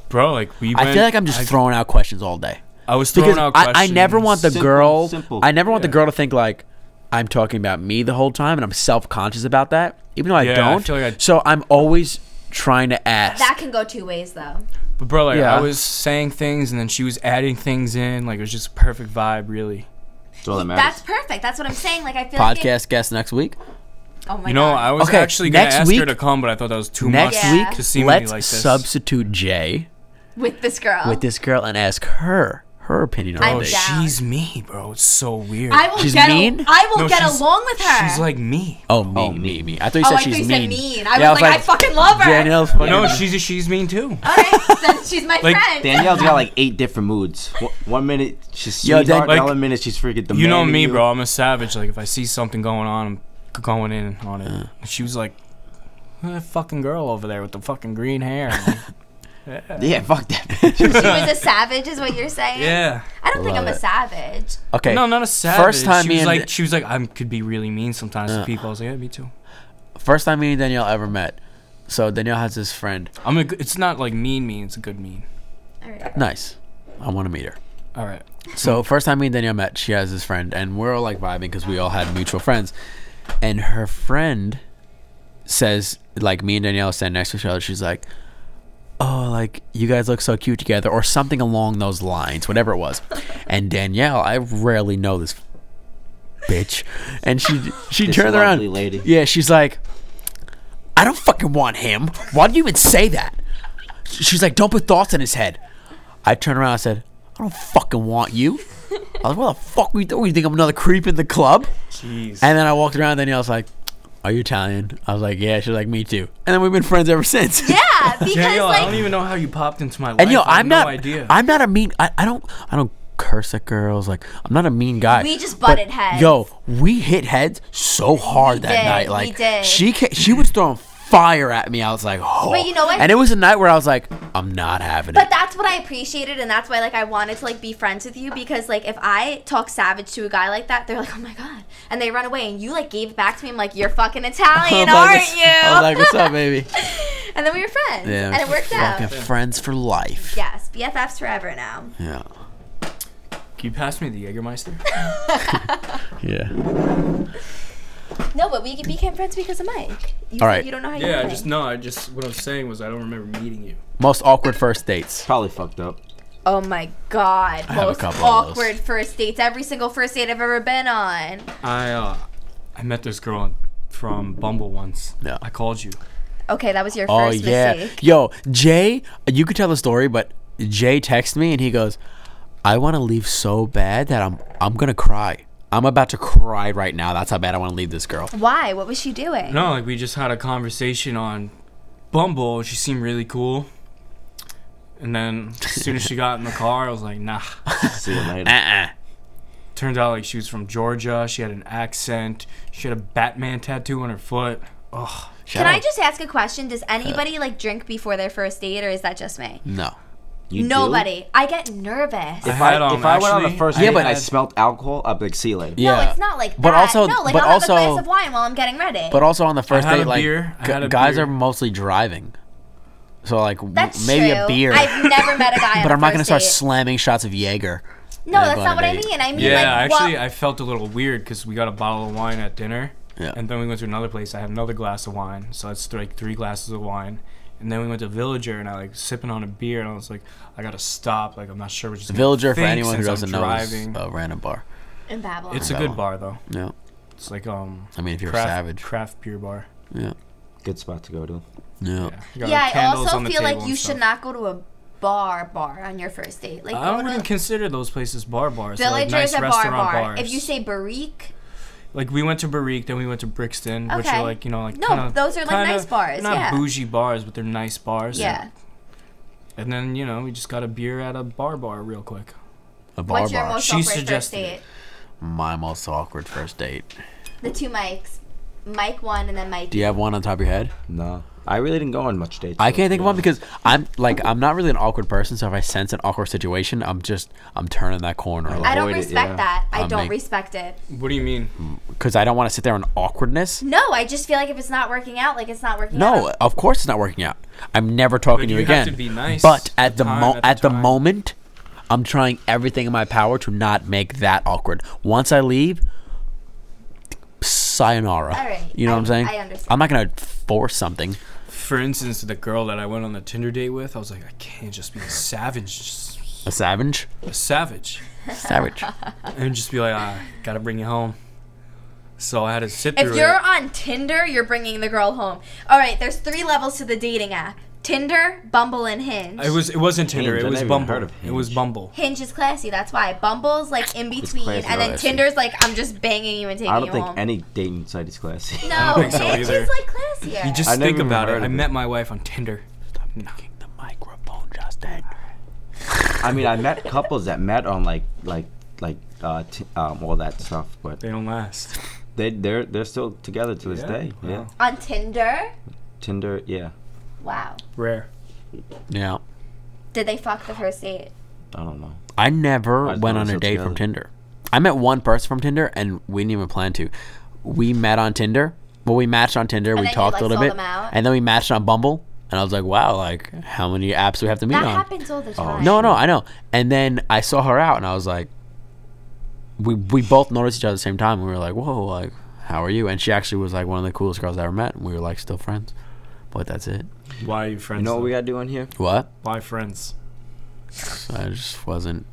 S2: Bro, like we. Went,
S1: I feel like I'm just throwing out questions all day
S2: I was throwing
S1: because
S2: out
S1: I,
S2: questions.
S1: I never want the
S10: Simple,
S1: girl.
S10: simple.
S1: I never want the girl to think like I'm talking about me the whole time, and I'm self conscious about that, even though I
S2: Yeah, I
S1: don't.
S2: feel like I-
S1: so I'm always trying to ask.
S4: That can go two ways though.
S2: But bro, like
S1: Yeah.
S2: I was saying things and then she was adding things in. Like it was just a perfect vibe, really.
S10: That's all that matters.
S4: That's perfect. That's what I'm saying. Like I feel like it-
S1: Podcast guest next week.
S4: oh my
S2: You know, I
S4: god.
S2: was
S1: Okay,
S2: actually gonna
S1: next
S2: ask her
S1: week-
S2: to come, but I thought that was too
S1: Next
S2: much
S4: Yeah.
S1: week,
S2: to see me
S1: let's
S2: like this.
S1: substitute Jay
S4: with this girl.
S1: with this girl and ask her her opinion on
S4: I'm
S1: the
S2: oh,
S1: date.
S4: down.
S2: she's me, bro. It's so weird.
S4: I will
S1: She's
S4: get. al-
S1: mean?
S4: I will
S2: No,
S4: get
S2: she's-
S4: along with her.
S2: She's like me.
S1: Oh me,
S10: Oh,
S1: me,
S10: me.
S1: me. I thought you
S4: Oh,
S1: said
S4: I
S1: she's
S4: thought you
S1: mean.
S4: said mean. I was like, I fucking love her.
S1: Danielle's fucking.
S2: No, she's a she's mean too.
S4: All right, then she's my
S2: Like,
S4: friend.
S10: Danielle's got like eight different moods. One- One minute she's
S1: Yo, Dan-
S10: sweetheart, another
S2: like-
S10: minute she's freaking demanding.
S2: You know me,
S10: you.
S2: bro. I'm a savage. Like if I see something going on, I'm g- going in on it. She was like, that fucking girl over there with the fucking green hair. I'm like,
S10: Yeah, fuck that. bitch.
S4: she was a savage, is what you're saying.
S2: yeah.
S4: I don't think
S1: Love
S4: I'm a
S1: it.
S4: savage.
S1: Okay.
S2: No, not a savage.
S1: First time
S2: she
S1: me
S2: was
S1: and
S2: like, she was like, I could be really mean sometimes
S1: Uh.
S2: to people. I was like, yeah, me too.
S1: First time me and Danielle ever met. So Danielle has this friend.
S2: I'm a. g- It's not like mean mean. It's a good mean.
S4: All right.
S1: Nice. I want to meet her.
S2: All right.
S1: So first time me and Danielle met, she has this friend, and we're all like vibing because we all had mutual friends. And her friend says, like me and Danielle stand next to each other. She's like, "Oh, like you guys look so cute together," or something along those lines, whatever it was. And Danielle, I rarely know this bitch, and she she
S10: This
S1: turned
S10: lovely
S1: around.
S10: lady.
S1: Yeah, she's like, "I don't fucking want him. Why do you even say that?" She's like, "Don't put thoughts in his head." I turned around. I said, "I don't fucking want you." I was, "What the fuck we doing? You think I'm another creep in the club?"
S2: Jeez.
S1: And then I walked around. Danielle's like, "Are you Italian?" I was like, "Yeah." She was like, "Me too." And then we've been friends ever since.
S4: Yeah, because
S2: Daniel,
S4: like
S2: I don't even know how you popped into my life.
S1: And yo,
S2: I have
S1: I'm
S2: no
S1: not.
S2: idea.
S1: I'm not a mean. I, I don't. I don't curse at girls. Like I'm not a mean guy.
S4: We just
S1: but,
S4: butted heads.
S1: Yo, we hit heads so hard that
S4: did,
S1: night.
S4: we
S1: Like
S4: did.
S1: she ca- she was throwing fire at me. I was like, oh.
S4: But you know what?
S1: And it was a night where I was like, I'm not having
S4: But
S1: it.
S4: that's what I appreciated, and that's why like I wanted to like be friends with you because like if I talk savage to a guy like that, they're like, oh my god, and they run away, and you like gave it back to me. I'm like, you're fucking Italian,
S1: I was like,
S4: aren't
S1: "What's-
S4: you?
S1: I was like, what's up, baby?
S4: and then we were friends,
S1: Yeah,
S4: and it worked
S1: fucking
S4: out.
S1: friends for life.
S4: Yes, BFFs forever now.
S1: Yeah.
S2: Can you pass me the Jägermeister?
S1: Yeah.
S4: No, but we became friends because of Mike. You,
S1: All right.
S4: You don't know how you.
S2: yeah, I
S4: play.
S2: just no. I just what I was saying was I don't remember meeting you.
S1: Most awkward first dates.
S10: Probably fucked up.
S4: Oh my god,
S1: have a
S4: most
S1: couple of those.
S4: awkward first dates. Every single first date I've ever been on.
S2: I uh, I met this girl on- from Bumble once.
S1: Yeah.
S2: I called you.
S4: Okay, that was your
S1: Oh
S4: first
S1: yeah,
S4: mistake.
S1: yo, Jay, you could tell the story, but Jay texted me and he goes, "I want to leave so bad that I'm I'm gonna cry. I'm about to cry right now. That's how bad I want to leave this girl."
S4: Why? What was she doing?
S2: No, like we just had a conversation on Bumble. She seemed really cool. And then as soon as she got in the car, I was like, nah.
S10: See you later.
S1: Uh-uh.
S2: Turns out like she was from Georgia. She had an accent. She had a Batman tattoo on her foot. Ugh.
S4: Can I just ask a question? Does anybody like drink before their first date, or is that just me?
S1: No.
S10: You do?
S4: Nobody. I get nervous.
S10: If
S2: I
S10: I,
S2: had, um,
S10: if I went on the
S2: actually-
S10: first
S1: Yeah,
S10: date
S1: but-
S10: and I smelt alcohol, I'd be like, see you later.
S4: no,
S1: Yeah.
S4: it's not like
S1: But
S4: that.
S1: also-
S4: no, like
S1: but
S4: I'll
S1: also-
S4: have a glass of wine while I'm getting ready.
S1: But also on the first
S2: had a
S1: date, like
S2: beer. I
S1: gu-
S2: had a
S1: guys
S2: beer.
S1: are mostly driving, so like w-
S4: that's
S1: maybe
S4: true.
S1: a beer.
S4: I've never met a guy. on
S1: but
S4: a
S1: I'm not
S4: first
S1: gonna start
S4: date.
S1: slamming shots of Jaeger.
S4: no,
S1: Yeah,
S4: that's
S1: go
S4: not
S1: on
S4: what
S1: a
S4: I
S1: date.
S4: mean. I mean,
S2: Yeah,
S4: like, what-
S2: actually, I felt a little weird because we got a bottle of wine at dinner,
S1: Yeah.
S2: and then we went to another place. I had another glass of wine, so that's th- like three glasses of wine. And then we went to Villager, and I like sipping on a beer, and I was like, I gotta stop. Like I'm not sure what she's gonna
S1: Villager, for
S2: think
S1: anyone who
S2: since I'm
S1: doesn't know, is
S2: driving.
S1: a random bar.
S4: in Babylon.
S2: it's a good bar though.
S1: No.
S2: It's like um.
S1: I mean, if you're
S2: craft,
S1: savage.
S2: Craft beer bar.
S1: Yeah.
S10: Good spot to go to.
S1: No.
S2: You got,
S4: yeah,
S2: like,
S4: I
S2: uh, candles
S4: also
S2: on the
S4: feel
S2: table
S4: like
S2: and
S4: you
S2: stuff.
S4: should not go to a bar bar on your first date. Like
S2: I
S4: go
S2: wouldn't
S4: to
S2: consider those places bar bars. They're, like
S4: Villagers
S2: nice
S4: a bar
S2: restaurant
S4: bar.
S2: bars.
S4: If you say Barrique,
S2: like we went to Barrique, then we went to Brixton, which
S4: Okay.
S2: are like you know like
S4: No,
S2: kinda,
S4: those are, like,
S2: kinda-
S4: nice bars,
S2: Not
S4: yeah.
S2: bougie bars, but they're nice bars.
S4: yeah.
S2: And then you know we just got a beer at a bar bar real quick.
S1: A bar
S4: What's your
S1: bar.
S4: most
S2: She
S4: awkward first
S2: suggested
S4: date?
S2: it.
S1: My most awkward first date.
S4: The two mics, Mike one and then Mike.
S1: Do you have one on top of your head?
S10: No. I really didn't go on much dates.
S1: I
S10: so,
S1: can't think of
S10: you
S1: one
S10: know.
S1: because I'm like I'm not really an awkward person, so if I sense an awkward situation, I'm just I'm turning that corner
S4: I don't
S10: Avoid it,
S4: respect
S10: yeah.
S4: that. I
S1: I'll
S4: don't
S1: make-
S4: respect it.
S2: What do you mean?
S1: because I don't want to sit there in awkwardness.
S4: No, I just feel like if it's not working out, like it's not working out.
S10: uh,
S1: No, of course it's not working out. I'm never talking
S2: But
S1: to you
S2: you have
S1: again.
S2: to be nice
S1: but at
S2: at
S1: the
S2: the
S1: mo-
S2: time,
S1: at
S2: at
S1: the
S2: the time.
S1: moment, I'm trying everything in my power to not make that awkward. Once I leave, sayonara.
S4: All right,
S1: You know
S4: I-
S1: what I'm saying?
S4: I understand.
S1: I'm not gonna force something.
S2: For instance, the girl that I went on the Tinder date with, I was like, I can't just be a savage, just
S1: A savage.
S2: a savage,
S1: Savage.
S2: and just be like, ah, gotta bring you home. So I had to sit
S4: If
S2: through
S4: you're
S2: it.
S4: on Tinder, you're bringing the girl home. All right, there's three levels to the dating app: Tinder, Bumble, and Hinge.
S2: It was it wasn't Tinder.
S10: Hinge, I
S2: it was
S10: never even
S2: Bumble.
S10: heard of
S2: it was
S10: Hinge.
S2: Bumble.
S4: Hinge is classy, that's why. Bumble's like in between,
S10: classy,
S4: and then
S10: I see.
S4: Tinder's like I'm just banging you and taking
S10: I don't
S4: you
S10: think
S4: home.
S10: any dating site is classy.
S4: no,
S2: don't think so
S4: Hinge
S2: either.
S4: is like classier.
S2: You just
S10: I never
S2: think
S10: even
S2: about it.
S10: heard
S2: I
S10: of
S2: met
S10: it.
S2: my wife on Tinder.
S1: the microphone, Justin.
S10: I mean, I met couples that met on like like like uh, t- um, all that stuff, but
S2: They don't last.
S10: they they're they're still together to this
S2: Yeah?
S10: day. Yeah,
S2: Wow.
S4: on Tinder,
S10: Tinder. Yeah,
S4: wow.
S2: Rare.
S1: Yeah.
S4: Did they fuck the first date?
S10: I don't know.
S1: I never
S10: I just
S1: went
S10: thought
S1: on
S10: it
S1: a
S10: was
S1: date
S10: the
S1: from
S10: other-
S1: Tinder. I met one person from Tinder, and we didn't even plan to. We met on Tinder. Well, we matched on Tinder. we
S4: then you,
S1: talked
S4: like,
S1: a little
S4: saw
S1: bit,
S4: them out?
S1: and then we matched on Bumble. And I was like, "Wow, like how many apps do we have to meet
S4: That
S1: on?"
S4: happens all
S10: Oh.
S4: the time.
S1: No, no, I know. And then I saw her out, and I was like, "We we both noticed each other at the same time. And we were like, "Whoa, like how are you?" And she actually was like one of the coolest girls I ever met, and we were like still friends. But that's it.
S2: Why are you friends?
S10: You know what
S2: though?
S10: we gotta do on here?
S1: What?
S2: Why friends?
S1: So I just wasn't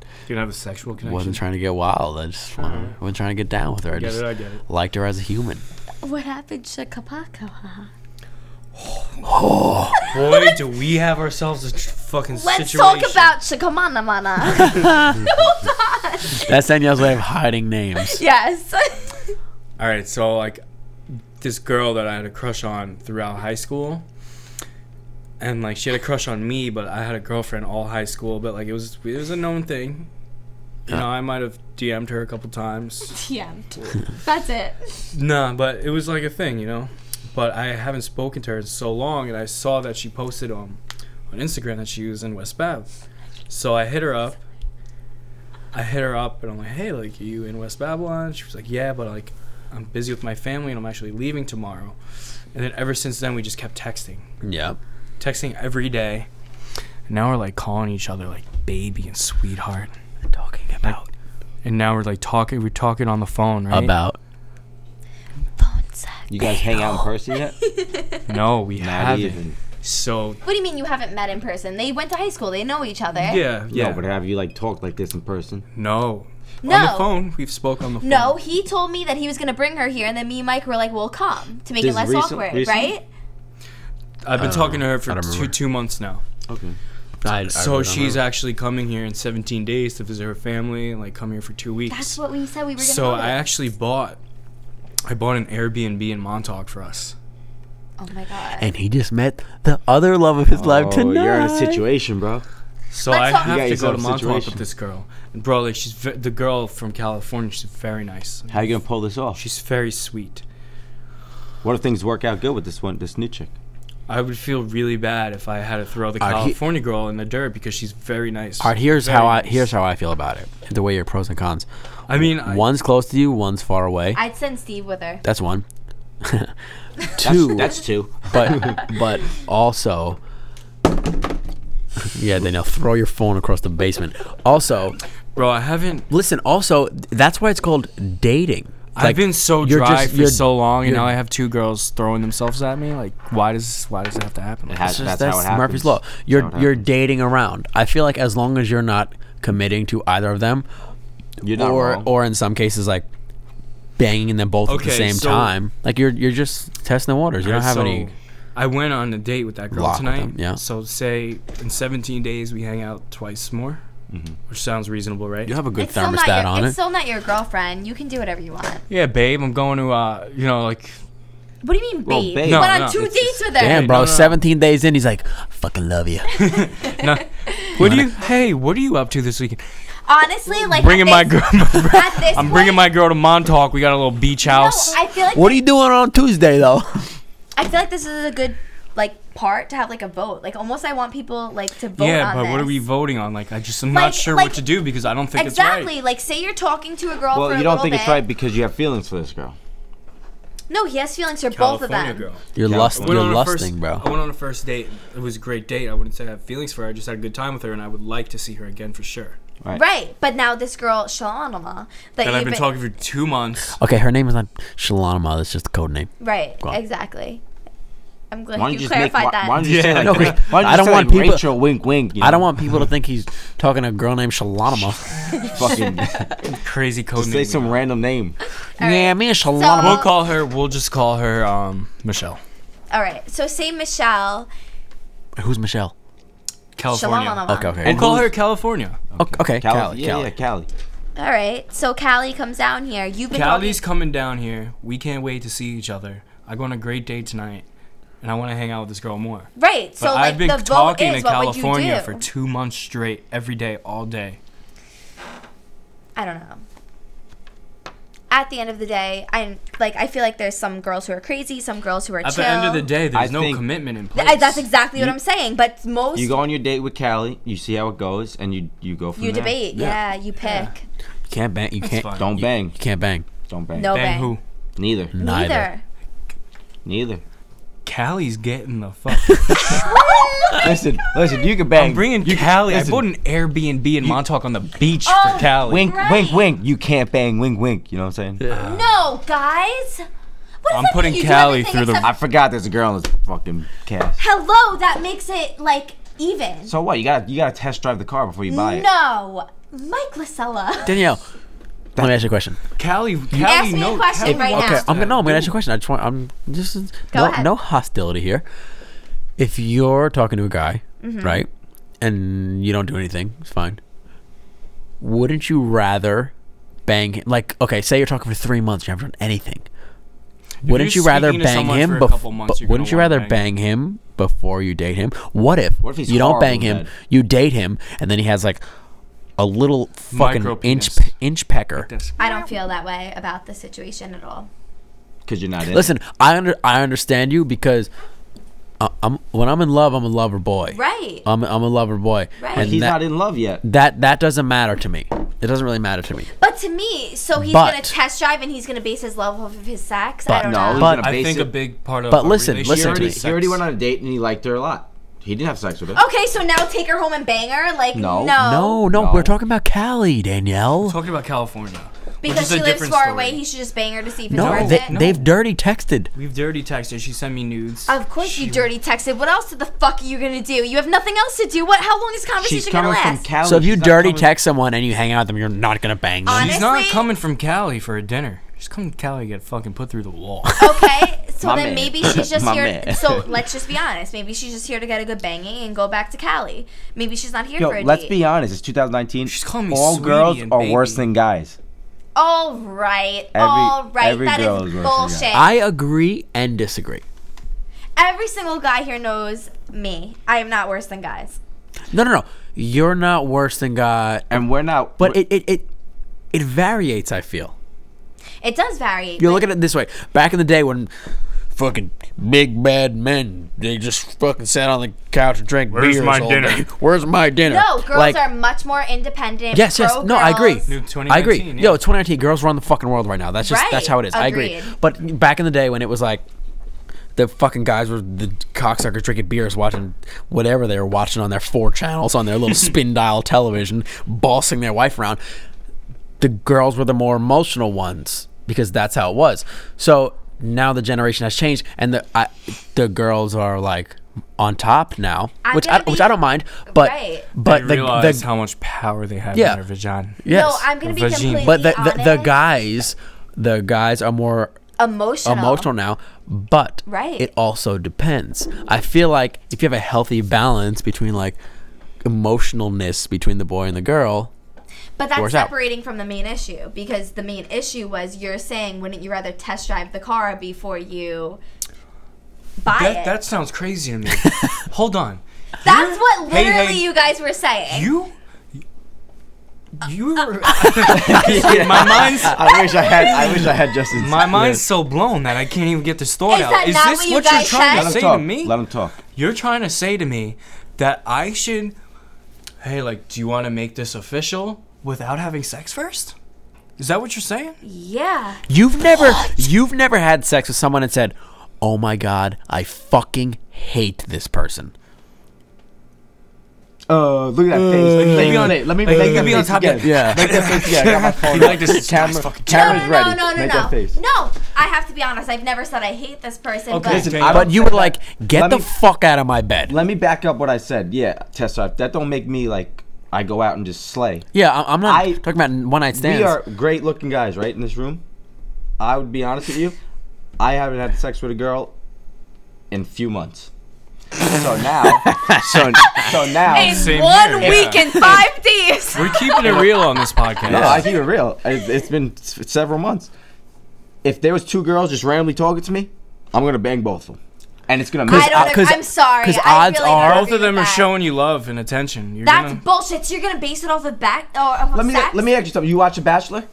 S2: You don't have a sexual connection.
S1: wasn't trying to get wild. I just wanted, wasn't trying to get down with her. I
S2: Get
S1: just
S2: it, I get it.
S1: liked her as a human.
S4: What happened to Kapaka?
S2: Boy, do we have ourselves a tr- fucking
S4: Let's
S2: situation.
S4: talk about Shikamana Mana.
S1: That's Danielle's way of hiding names.
S4: yes.
S2: All right, so like this girl that I had a crush on throughout high school. And like she had a crush on me, but I had a girlfriend all high school, but like it was it was a known thing. You know, I might have DM'd her a couple times.
S4: TM'd. That's it.
S2: Nah, but it was like a thing, you know. But I haven't spoken to her in so long, and I saw that she posted on on Instagram that she was in West Bath. So I hit her up. I hit her up, and I'm like, "Hey, like, are you in West Babylon?" She was like, "Yeah, but like, I'm busy with my family, and I'm actually leaving tomorrow." And then ever since then, we just kept texting,
S1: Yep.
S2: texting every day. And now we're like calling each other like baby and sweetheart,
S1: Talking about
S2: and now we're like talking. We're talking on the phone, right?
S1: about
S4: Phone sex.
S10: You guys hang out in person yet?
S2: no, we
S10: Not
S2: haven't.
S10: even.
S2: So
S4: What do you mean you haven't met in person? They went to high school. They know each other.
S2: yeah, yeah.
S10: No, but have you like talked like this in person?
S2: No. On the
S4: No.
S2: phone. We've spoke on the phone.
S4: No, he told me that he was gonna bring her here, and then me and Mike were like, "We'll come to make
S10: This
S4: it less
S10: recent-
S4: awkward,
S10: recent?
S4: right?"
S2: I've been talking to her
S1: I
S2: for
S1: don't
S2: two,
S1: remember.
S2: two months now.
S10: Okay.
S1: I, I
S2: so
S1: really don't
S2: she's
S1: know.
S2: actually coming here in 17 days to visit her family and like come here for two weeks.
S4: That's what we said we were gonna.
S2: so
S4: do.
S2: I actually bought, I bought an Airbnb in Montauk for us.
S4: Oh my god.
S1: and he just met the other love of his life
S10: Oh,
S1: tonight.
S10: you're in a situation, bro.
S2: So
S4: Let's
S2: I
S4: talk- You
S10: got
S2: have to go
S10: yourself
S2: to
S10: a
S2: Montauk
S10: situation.
S2: with this girl. And bro, like she's ve- the girl from California. She's very nice.
S10: How you gonna pull this off?
S2: She's very sweet.
S10: What if things work out good with this one, this new chick?
S2: I would feel really bad if I had to throw the
S1: Alright, he-
S2: California girl in the dirt because she's very nice.
S1: All right, here's
S2: Very
S1: how I
S2: nice.
S1: here's how I feel about it. The way your pros and cons.
S2: I mean, I-
S1: one's close to you, one's far away.
S4: I'd send Steve with her.
S1: That's one. Two,
S10: That's two.
S1: but but also, yeah. Then they'll throw your phone across the basement. Also,
S2: bro, I haven't
S1: listen. Also, that's why it's called dating.
S2: I've been so
S1: you're
S2: dry
S1: just-
S2: for
S1: you're-
S2: so long, and
S1: you're-
S2: now I have two girls throwing themselves at me. Like, why does why does it have to happen? Like,
S10: It has-
S1: It's just-
S10: that's how it happens.
S1: Murphy's law.
S10: That's
S1: You're
S10: how it
S1: you're
S10: happens.
S1: dating around. I feel like as long as you're not committing to either of them,
S10: You're not
S1: or
S10: wrong.
S1: or in some cases like banging them both at the
S2: Okay,
S1: same
S2: so-
S1: time. Like you're you're just testing the waters. You don't
S2: Alright,
S1: have
S2: so
S1: any.
S2: I went on a date with that girl
S1: Lock with
S2: tonight.
S1: them, yeah.
S2: So say in 17 days we hang out twice more,
S1: Mm-hmm.
S2: which sounds reasonable, right?
S1: You have a good
S4: It's still not
S1: thermostat
S4: your.
S1: on
S4: it's
S1: it.
S4: still not your girlfriend. You can do whatever you want.
S2: Yeah, babe, I'm going to uh, you know, like
S4: What do you mean,
S10: Well,
S4: babe?
S10: babe.
S4: You
S2: No,
S4: went on
S2: no,
S4: two
S2: it's
S4: dates with her.
S1: Damn,
S2: Hey,
S1: bro.
S2: no, no, no.
S1: 17 days in, he's like, "I fucking love you.
S2: no. what do you? Hey, what are you up to this weekend?
S4: Honestly, like
S2: Bringing
S4: at
S2: my
S4: this-
S2: girl.
S4: At this
S2: I'm bringing my
S4: point-
S2: girl to Montauk. We got a little beach
S4: No,
S2: house.
S4: I feel like
S1: what are you doing on Tuesday, though?
S4: I feel like this is a good like part to have like a vote. Like almost, I want people like to vote.
S2: yeah,
S4: on
S2: but what are
S4: this.
S2: we voting on? Like, I just I'm
S4: Like-
S2: not sure
S4: like-
S2: what to do because I don't think it's right.
S4: Exactly. Like, say you're talking to a girl for
S10: well,
S4: a
S10: you don't
S4: little
S10: think
S4: bit.
S10: it's right because you have feelings for this girl.
S4: No, he has feelings for both of
S2: California
S4: them.
S2: girl.
S1: You're
S10: Yeah,
S1: lust.
S10: I
S1: You're
S2: went on a
S1: lusting,
S2: first,
S1: bro.
S2: I went on a first date. It was a great date. I wouldn't say I have feelings for her. I just had a good time with her, and I would like to see her again for sure.
S4: Right, but now this girl Shalana that
S2: And I've
S4: you've
S2: been talking for two months.
S1: Okay, her name is not Shalama. That's just a code name.
S4: Right,
S1: Go on.
S4: exactly. I'm glad
S10: Why don't
S4: you,
S10: you just make?
S4: clarified
S10: Why,
S4: that.
S10: why don't you say like?
S1: No, 'cause
S10: why don't you
S1: I don't
S10: say,
S1: want
S10: like,
S1: people-
S10: Rachel, wink, wink. you
S1: I don't
S10: know?
S1: want people to think he's talking to a girl named Shalanama.
S10: fucking
S2: Crazy code
S10: say
S2: name.
S10: some random name.
S4: All right.
S1: Yeah, me and
S4: So-
S1: Shalanama.
S2: We'll call her. We'll just call her um, Michelle.
S4: All right, so say Michelle
S1: Who's Michelle?
S2: California.
S4: Shalana.
S1: Okay, okay.
S2: We'll call her California.
S1: okay, okay,
S10: Cali,
S1: Callie,
S10: yeah, yeah,
S1: Callie.
S10: Cali.
S4: All right, so Callie comes down here. You've been
S2: Callie's coming down here. We can't wait to see each other. I go on a great date tonight, and I want to hang out with this girl more.
S4: talking. Right, so
S2: But
S4: like
S2: I've been
S4: the vote
S2: talking
S4: is
S2: to
S4: what would you
S2: California
S4: do?
S2: for two months straight, every day, all day.
S4: I don't know. At the end of the day, I like. I feel like there's some girls who are crazy, some girls who are
S2: At
S4: chill.
S2: the end of the day, there's
S10: I
S2: no
S10: think-
S2: commitment in place.
S4: Th- that's exactly what I'm saying. But most
S10: You
S4: you,
S10: go on your date with Cali. You see how it goes, and you you go from there.
S4: debate. Yeah, you pick.
S1: You can't bang. You can't.
S2: fine.
S10: Don't
S1: you-
S10: bang.
S1: You can't bang.
S10: Don't bang.
S4: No
S2: Bang
S4: bang.
S2: who?
S10: Neither.
S1: Neither.
S4: Neither.
S10: Neither.
S2: Callie's getting the fuck.
S10: listen, listen. You can bang.
S2: I'm bringing Cali. I
S10: listen.
S2: bought an Airbnb in Montauk on the beach
S4: Oh,
S2: for Cali.
S10: wink,
S4: Right.
S10: wink, wink. You can't bang. Wink, wink. You know what I'm saying?
S4: No, guys. What does
S2: I'm
S4: that
S2: putting
S4: mean? You do
S2: Callie
S4: everything
S2: through the-
S4: except-
S10: I forgot there's a girl in this fucking cast.
S4: Hello, that makes it like even.
S10: So what? You gotta you gotta test drive the car before you buy it.
S4: no, Mike Lasella.
S1: Danielle, let me ask you a question.
S2: Cali, Cali,
S4: Ask me a
S2: no,
S4: question
S2: Cali
S4: right
S2: wants
S4: now.
S1: Okay,
S2: to-
S1: I'm gonna no. I'm gonna ask you a question. I just want. I'm just
S4: Go
S1: no,
S4: ahead.
S1: no hostility here. If you're talking to a guy,
S4: Mm-hmm.
S1: right, and you don't do anything, it's fine. Wouldn't you rather bang? him- Like, okay, say you're talking for three months, you haven't done anything. wouldn't
S2: you're
S1: you rather
S2: speaking to
S1: bang
S2: someone
S1: him
S2: for a couple
S1: before?
S2: months, you're gonna
S1: Wouldn't you
S2: wanna
S1: rather
S2: bang
S1: bang him before you date him? What if,
S10: What if he's
S1: you don't bang
S10: horrible
S1: him,
S10: at-
S1: you date him, and then he has like a little fucking
S2: Micro
S1: inch
S2: penis.
S1: inch pecker?
S2: That's-
S4: I don't feel that way about the situation at all.
S10: because you're not in it.
S1: Listen, I under I understand you because I, I'm when I'm in love, I'm a lover boy.
S4: Right.
S1: I'm I'm a lover boy.
S4: Right.
S1: And
S10: He's
S1: that,
S10: not in love yet.
S1: that that doesn't matter to me. It doesn't really matter to me.
S4: but to me, so he's
S1: But-
S4: gonna test drive and he's gonna base his level of his sex.
S1: But-
S4: I don't
S10: No,
S4: know.
S1: But-
S10: he's gonna
S2: I
S10: base
S2: think
S10: it-
S2: a big part of.
S1: But
S2: a
S1: listen,
S2: relationship
S10: he
S1: listen to
S10: already,
S1: me.
S2: is
S10: he already
S2: sex.
S10: went on a date and he liked her a lot. He didn't have sex with her.
S4: okay, so now take her home and bang her? Like
S10: No.
S4: no,
S1: No, no,
S10: No.
S1: we're talking about Cali, Danielle.
S2: Talking about California,
S4: because
S2: is a
S4: she lives
S2: different
S4: far
S2: story.
S4: away. He should just bang her to see if it's
S1: No,
S4: worth
S1: they,
S4: it.
S1: they've dirty texted.
S2: we've dirty texted. She sent me nudes.
S4: Of course you dirty texted. What else the fuck are you gonna do? You have nothing else to do. What? How long is
S10: She's
S4: conversation gonna
S10: coming from
S4: last?
S10: Cali.
S1: So if you
S10: she's Oh, not
S1: dirty
S10: coming-
S1: text someone and you hang out with them, you're not gonna bang them.
S4: Honest-
S2: She's not
S4: Honestly-
S2: coming from Cali for a dinner. She's coming to Cali to get fucking put through the wall.
S4: okay, so
S10: My
S4: then
S10: man.
S4: maybe she's just
S10: My
S4: here.
S10: man.
S4: So let's just be honest. Maybe she's just here to get a good banging and go back to Cali. Maybe she's not here
S10: Yo,
S4: for a
S10: let's
S4: date.
S10: be honest. It's 2019.
S2: She's calling me
S10: All
S2: sweetie
S10: girls
S2: and
S10: are
S2: baby.
S10: worse than guys.
S4: all right,
S10: Every-
S4: all right.
S10: every
S4: That is
S10: girl is worth a guy.
S4: bullshit.
S1: I agree and disagree.
S4: every single guy here knows me. I am not worse than guys.
S1: No, no, no. You're not worse than God,
S10: And we're not.
S1: but it it it, it variates. I feel.
S4: It does vary.
S1: You're
S4: but-
S1: looking at it this way. Back in the day when fucking big bad men they just fucking sat on the couch and drank
S2: Where's
S1: beers
S2: my
S1: all
S2: dinner?
S1: day. Where's my dinner?
S4: no, girls
S1: Like,
S4: are much more independent.
S1: Yes, yes.
S4: pro
S1: No, I agree.
S4: girls.
S2: New
S1: I agree.
S2: 2019,
S1: Yo,
S2: yeah.
S1: 2019 girls run the fucking world right now. That's just that's
S4: Right.
S1: how it is. I agree.
S4: Agreed.
S1: But back in the day when it was like the fucking guys were the cocksuckers drinking beers, watching whatever they were watching on their four channels on their little spin dial television, bossing their wife around. The girls were the more emotional ones because that's how it was. So now the generation has changed, and the I, the girls are like on top now,
S4: I'm
S1: which I,
S4: gonna
S1: which
S4: be-
S1: I don't mind. But
S4: Right.
S1: but the,
S2: realize
S1: the
S2: how much power they have
S1: Yeah.
S2: in their vagina.
S1: yes.
S4: No, I'm gonna be
S2: Vagine.
S4: completely
S1: But the, the, the
S4: honest.
S1: guys, the guys are more
S4: emotional.
S1: emotional now. But
S4: Right.
S1: it also depends. I feel like if you have a healthy balance between like emotionalness between the boy and the girl,
S4: But that's
S1: Works out.
S4: separating from the main issue because the main issue was you're saying, wouldn't you rather test drive the car before you buy
S2: That,
S4: it?
S2: that sounds crazy to me. Hold on.
S4: That's what
S2: Hey,
S4: literally
S2: hey.
S4: you guys were saying.
S2: You. You. were- my mind's
S10: I wish I had. I wish I had Justin's.
S2: my mind's so blown that I can't even get this thought
S4: Is
S2: out.
S4: that
S2: Is
S4: not
S2: this
S4: what you
S2: what you're
S4: guys said?
S2: trying
S10: Let
S2: to
S10: him
S2: say
S10: talk.
S2: to me?
S10: Let him talk.
S2: You're trying to say to me that I should. Hey, like, do you want to make this official without having sex first? Is that what you're saying?
S4: yeah.
S1: you've never you've never had sex with someone and said, "Oh my god, I fucking hate this person."
S10: Uh, look at that face. Look at
S2: Maybe on-
S10: that face. Let me
S2: like, maybe
S10: make that
S2: Uh, on
S10: face
S2: top of-
S10: again.
S1: Yeah.
S10: Make that face. Yeah, I got my phone.
S2: Like this is
S10: Camera-
S2: nice fucking-
S4: No,
S10: Camera's
S4: no,
S10: ready.
S4: no, no,
S10: Make
S4: no,
S10: that face.
S4: no. No, I have to be honest. I've never said I hate this person,
S2: Okay.
S4: but
S2: Listen,
S10: I
S1: But
S10: don't
S1: you
S10: say
S1: were
S10: that.
S1: like, "Get
S10: Let
S1: the
S10: me-
S1: fuck out of my bed."
S10: Let me back up what I said. Yeah, test drive. That don't make me like I go out and just slay.
S1: yeah, I- I'm not
S10: I-
S1: talking about one night stands.
S10: We are great looking guys, right, in this room. I would be honest with you. I haven't had sex with a girl in few months. So now, so, so now,
S4: in
S2: Same
S4: one
S2: here.
S4: week and five days.
S2: We're keeping it real on this podcast.
S10: no, I keep it real. It, it's been s- several months. If there was two girls just randomly talking to me, I'm gonna bang both of them, and it's gonna. Ah,
S4: I
S10: make-
S1: uh,
S4: don't.
S1: 'cause-
S4: Know, I'm sorry.
S1: 'cause
S4: I
S1: odds
S4: really don't
S1: are-
S4: agree
S2: Both of them
S4: with
S2: are
S4: that.
S2: showing you love and attention. You're
S4: That's
S2: gonna,
S4: bullshit. So you're gonna base it off of back or off
S10: Let
S4: of
S10: me
S4: sex?
S10: let me ask you something. You watch The Bachelor?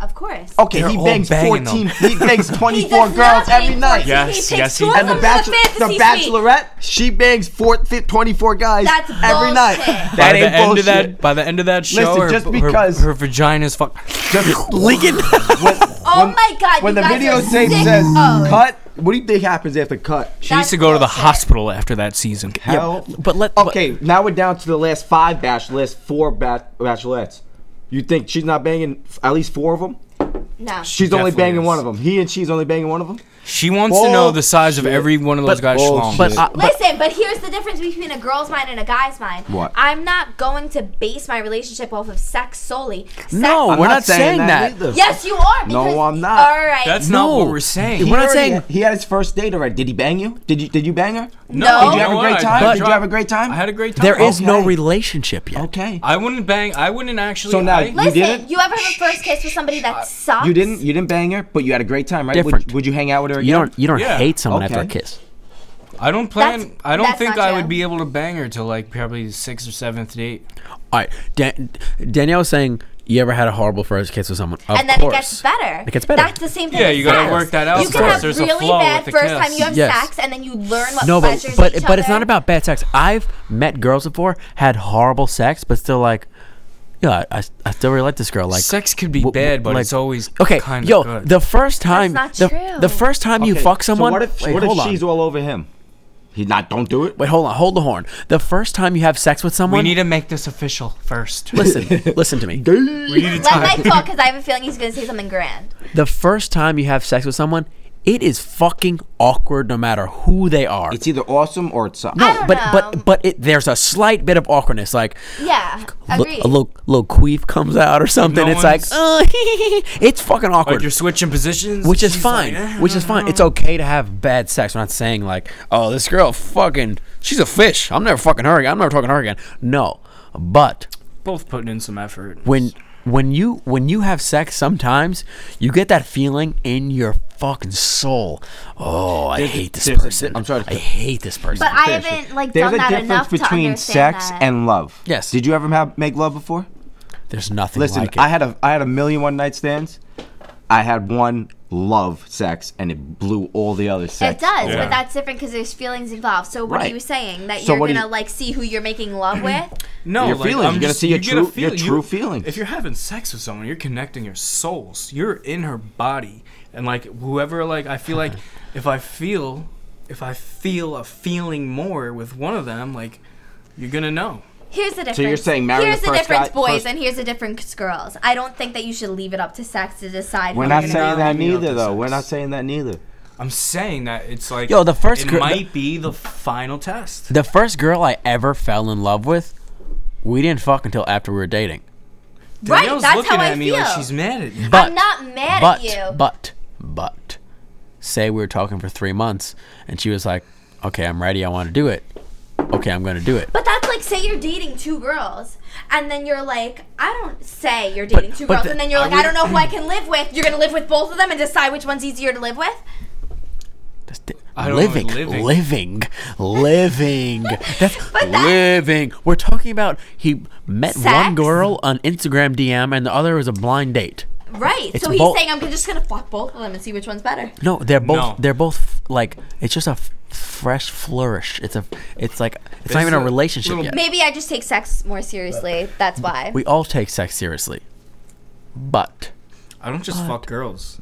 S4: Of course.
S10: Okay,
S2: They're
S10: he
S2: all
S10: bangs
S2: banging
S10: 14. He bangs
S4: He
S10: 24
S4: does not
S10: girls every
S4: make
S10: night.
S4: fourteen.
S2: Yes,
S4: he takes
S2: yes,
S4: two
S2: he
S4: of
S2: does.
S10: And the
S4: them to
S10: bachelor, the
S4: fantasy suite.
S10: bachelorette, she bangs four, fi- 24 guys
S4: That's
S10: every night.
S4: bullshit.
S2: by
S10: That
S2: the
S10: ain't
S2: end of
S10: bullshit.
S2: that, by the end of that show,
S10: Listen,
S2: her,
S10: just
S2: her-
S10: because-
S2: her, vagina's fuck.
S10: Just
S1: leaking.
S10: when,
S4: Oh
S10: when-
S4: my god.
S10: When
S4: you
S10: the
S4: guys are
S10: videotape
S4: sick Oh.
S10: says
S4: of-
S10: cut, what do you think happens after cut?
S2: She needs
S4: That's
S2: to go to the
S4: bullshit.
S2: hospital after that season.
S10: Hell.
S1: but let- but-
S10: Okay, now we're down to the last five bash, last four ba- bachelorettes. You think she's not banging f- at least four of them?
S4: No.
S10: She's
S2: definitely
S10: only banging
S2: is.
S10: one of them. He and she's only banging one of them.
S2: She wants to know the size of
S10: Bullshit.
S2: every one of those
S10: But
S2: guys. schlongs.
S1: but, I, but
S4: Listen, but here's the difference between a girl's mind and a guy's mind.
S10: What?
S4: I'm not going to base my relationship off of sex solely. Sex-
S1: No, We're not saying that.
S10: either.
S4: Yes, you are.
S10: No,
S4: because-
S10: I'm not.
S4: All right.
S2: That's
S1: No.
S2: not what we're saying.
S10: He
S1: We're not
S10: already-
S1: saying-
S10: he had his first date already. Did he bang you? Did you? Did you bang her?
S4: No.
S10: Did you have
S2: know
S10: a great
S2: what?
S10: time?
S2: I
S10: Did you
S2: tried-
S10: have a great time?
S2: I had a great time.
S1: there is no
S10: Okay.
S1: relationship yet.
S10: Okay.
S2: I wouldn't bang. I wouldn't actually.
S10: So now
S2: I,
S10: you
S4: Listen,
S10: did it?
S4: you ever have a first kiss with somebody that sucks? sucks.
S10: You didn't. You didn't bang her, but you had a great time, right?
S1: Different.
S10: Would, would you hang out with her
S1: You
S10: again?
S1: don't you don't
S2: Yeah.
S1: hate someone after a
S10: Okay.
S1: kiss.
S2: I don't plan.
S4: That's-
S2: I don't
S4: that's
S2: think
S4: not
S2: I
S4: true.
S2: would be able to bang her till like probably the sixth or seventh date.
S1: All right, Dan- Danielle was saying you ever had a horrible first kiss with someone. Of
S4: and then
S1: course.
S4: it gets better.
S1: It gets better.
S4: That's the same thing.
S2: Yeah,
S4: with
S2: you gotta
S4: sex.
S2: work that out
S4: You can
S1: first.
S4: have
S2: There's a
S4: really
S2: flow
S4: bad
S2: with the
S4: first
S2: kiss.
S4: time you have
S1: Yes.
S4: sex, and then you learn what
S1: No, but
S4: pleasures
S1: but
S4: each
S1: but it's not
S4: other-
S1: about bad sex. I've met girls before had horrible sex, but still like, yeah, I, I, I still really like this girl. Like
S2: Sex could be
S1: w- w-
S2: bad, but
S1: like-
S2: it's always
S1: okay.
S2: Kind
S1: yo,
S2: good.
S1: the first time,
S4: not
S1: the,
S4: true.
S1: the first time you
S10: Okay,
S1: fuck someone.
S10: So what if,
S1: wait,
S10: what
S1: hold
S10: if
S1: on.
S10: she's all over him? He's not. Don't do it.
S1: wait, hold on. Hold the horn. The first time you have sex with someone.
S2: we need to make this official first.
S1: listen, listen to me.
S2: we need to
S4: Let
S2: talk.
S4: Mike talk because I have a feeling he's gonna say something grand.
S1: The first time you have sex with someone, it is fucking awkward, no matter who they are.
S10: It's uh, either awesome or it sucks.
S1: no,
S4: don't
S1: but
S4: know.
S1: but but it, there's a slight bit of awkwardness, like.
S4: Yeah,
S1: Look,
S4: agreed.
S1: a little, little queef comes out or something.
S2: no
S1: it's like,
S2: one's-
S1: uh, it's fucking awkward.
S2: Like you're switching positions,
S1: which is
S2: she's like,
S1: fine.
S2: "Eh,
S1: which
S2: no,
S1: is fine.
S2: no."
S1: It's okay to have bad sex. We're not saying like, oh, this girl fucking, she's a fish. I'm never fucking her again. I'm never talking to her again. No, but
S2: both putting in some effort.
S1: when when you when you have sex, sometimes you get that feeling in your fucking soul. Oh, I hate this
S10: there's a-
S1: person.
S10: I'm sorry to
S1: I
S10: cut-
S1: hate this person.
S4: but I haven't like
S10: There's
S4: done
S10: a
S4: that
S10: difference
S4: enough to
S10: between
S4: understand
S10: sex
S4: that.
S10: and love.
S1: Yes.
S10: Did you ever have make love before?
S1: There's nothing
S10: Listen,
S1: like it.
S10: I had a I had a million one night stands. I had one love sex, and it blew all the other sex.
S4: It does,
S2: Yeah.
S4: but that's different because there's feelings involved. So what
S10: Right.
S4: are you saying that
S10: So
S4: you're
S10: what do
S4: gonna
S10: you-
S4: like see who you're making love with?
S2: No,
S10: Your
S2: like,
S10: feelings.
S2: I'm
S10: You gotta
S2: just-
S10: see your
S2: you get a
S10: true- your
S2: feel-
S10: true
S2: you-
S10: feelings.
S2: If you're having sex with someone, you're connecting your souls. You're in her body, and like whoever, like I feel like if I feel, if I feel a feeling more with one of them, like you're gonna know.
S4: Here's the difference.
S10: you're saying marry
S4: here's
S10: the
S4: the,
S10: first
S4: difference,
S10: guy-
S4: boys,
S10: first-
S4: and here's the difference, girls. I don't think that you should leave it up to sex to decide.
S10: We're
S4: who
S10: not
S4: you're gonna
S10: saying
S4: be
S10: that
S2: with me
S10: neither,
S2: after
S10: though. We're
S2: sex.
S10: not saying that neither.
S2: I'm saying that it's like
S1: Yo, the first
S2: it
S1: gr-
S2: might be the final test.
S1: the first girl I ever fell in love with, we didn't fuck until after we were dating.
S4: with. Right,
S2: Danielle's
S4: that's
S2: looking
S4: how
S2: at
S4: I
S2: me
S4: feel.
S2: like she's mad at me.
S1: But
S4: I'm not mad
S1: but,
S4: at you.
S1: But but say we were talking for three months and she was like, Okay, I'm ready, I wanna do it. Okay, I'm gonna do it.
S4: But that's like, say you're dating two girls, and then you're like, I don't say you're dating two
S1: but
S4: girls,
S1: the-
S4: and then you're like, I don't know who I can live with. You're gonna live with both of them and decide which one's easier to live with.
S1: That's di-
S2: I don't know,
S1: living,
S2: living.
S1: living, living. That's
S4: But that-
S1: living. We're talking about he met one
S4: Sex?
S1: girl on Instagram DM and the other was a blind date.
S4: Right.
S1: It's
S4: so he's
S1: both-
S4: saying I'm just gonna fuck both of them and see which one's better.
S1: No, they're both
S2: No.
S1: they're both f- like it's just a f- fresh flourish. It's a it's like it's, not
S2: It's
S1: even a,
S2: a
S1: relationship
S2: little-
S1: yet.
S4: Maybe I just take sex more seriously. That's why.
S1: We all take sex seriously. But
S2: I don't just fuck girls.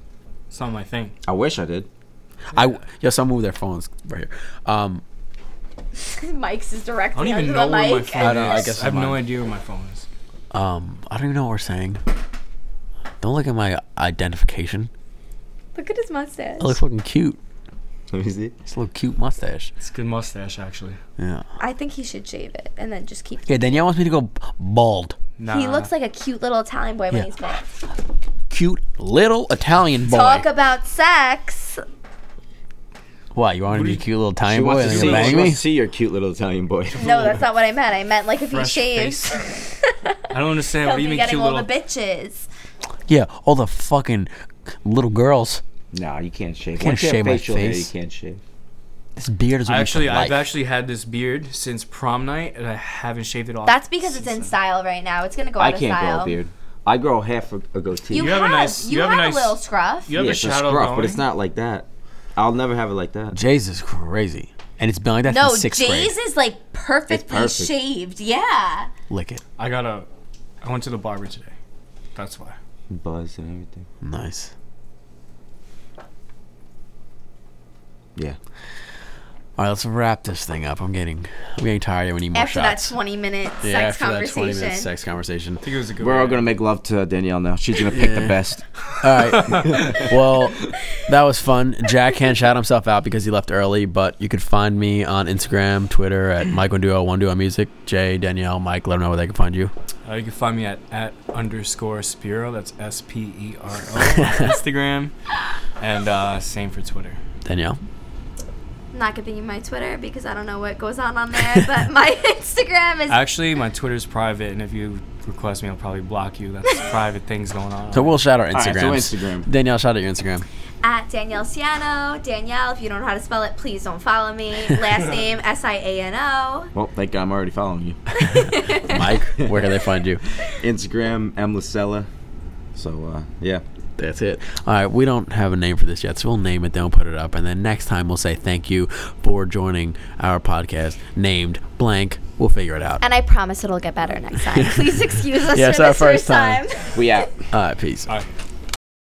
S2: It's not my thing.
S10: I wish I did.
S1: I yo, someone move their phones right here. Um,
S4: Mike's is
S2: I don't
S4: directly
S2: even
S4: onto
S2: know
S4: the
S2: where my
S4: mic.
S2: phone
S1: I don't- I
S2: is.
S1: guess
S2: I have no
S1: mine.
S2: idea where my phone is.
S1: um, I don't even know what we're saying. Don't look at my identification.
S4: Look at his mustache.
S1: I look fucking cute.
S10: Let me see.
S1: It's a little cute mustache.
S2: It's a good mustache, actually.
S1: Yeah.
S4: I think he should shave it and then just keep.
S1: Yeah, Danielle wants me to go bald.
S2: Nah.
S4: He looks like a cute little Italian boy
S1: Yeah.
S4: when he's mad.
S1: Cute little Italian boy.
S4: Talk about sex.
S1: what, you want me to be a cute little Italian
S10: She
S1: boy
S10: wants, to
S1: and then
S10: see,
S1: you
S10: she
S1: bang
S10: wants
S1: me?
S10: to see your cute little Italian boy.
S4: No, that's not what I meant. I meant like if
S2: Fresh
S4: he shaves.
S2: face. I don't understand.
S4: He'll
S2: What do you
S4: be
S2: mean,
S4: getting
S2: cute
S4: all
S2: little?
S4: the bitches.
S1: Yeah, all the fucking little girls.
S10: nah, you can't shave.
S1: Can't
S10: Once you have
S1: shave my
S10: facial hair,
S1: face.
S10: you can't shave.
S1: This beard is what
S2: I
S1: we
S2: actually,
S1: should
S2: I've
S1: like.
S2: actually had this beard since prom night, and I haven't shaved it off.
S4: That's because it's
S2: since
S4: in
S2: then.
S4: style right now. It's gonna go out
S10: I
S4: of
S10: can't
S4: style.
S10: grow a beard. I grow half a, a goatee.
S4: You,
S2: You
S4: have,
S2: have a nice-
S4: you, have, a,
S2: nice-
S4: little scruff.
S2: You have
S10: yeah,
S2: a
S10: it's a
S2: shadow
S10: scruff,
S2: going.
S10: but it's not like that. I'll never have it like that.
S1: Jesus crazy. And it's been like that
S4: no,
S1: since sixth
S4: Jay's
S1: grade.
S4: is like perfectly
S10: perfect.
S4: shaved. Yeah.
S1: Lick it.
S2: I got a. I went to the barber today. That's why.
S10: Buzz and everything.
S1: Nice.
S10: Yeah.
S1: All right, let's wrap this thing up. I'm getting, I'm getting tired. We need more
S4: after
S1: shots.
S4: that 20 minute
S1: yeah,
S4: sex
S1: after that
S4: conversation.
S1: 20 minute sex conversation.
S2: I think it was a good.
S10: We're all
S2: one.
S10: gonna make love to Danielle now. She's gonna pick the best.
S1: All right. well, that was fun. Jack can't shout himself out because he left early, but you could find me on Instagram, Twitter at Mike Wenduo, One Duo Music, Jay, Danielle, Mike. Let them know where they can find you.
S2: Uh, you can find me at at underscore Spiro. That's S P E R O on Instagram, and uh, same for Twitter.
S1: Danielle.
S4: I'm not giving you my Twitter because I don't know what goes on on there, but my Instagram is
S2: Actually, my Twitter's private, and if you request me, I'll probably block you. That's private things going on.
S1: So we'll shout our
S10: right, so
S1: Instagrams.
S10: Instagram.
S1: Danielle, shout out your Instagram.
S4: At Danielle Ciano. Danielle, if you don't know how to spell it, please don't follow me. Last name S I A N O.
S10: Well, thank God I'm already following you.
S1: Mike, where can they find you?
S10: Instagram, M. Lacella. So, uh, yeah.
S1: That's it. All right, we don't have a name for this yet, so we'll name it, then we'll put it up, and then next time we'll say thank you for joining our podcast named blank. We'll figure it out.
S4: And I promise it'll get better next time. Please excuse us
S1: Yeah, it's
S4: for
S1: our
S4: this
S1: first
S4: first
S1: time.
S4: time.
S10: We out.
S1: All right, peace.
S2: All right.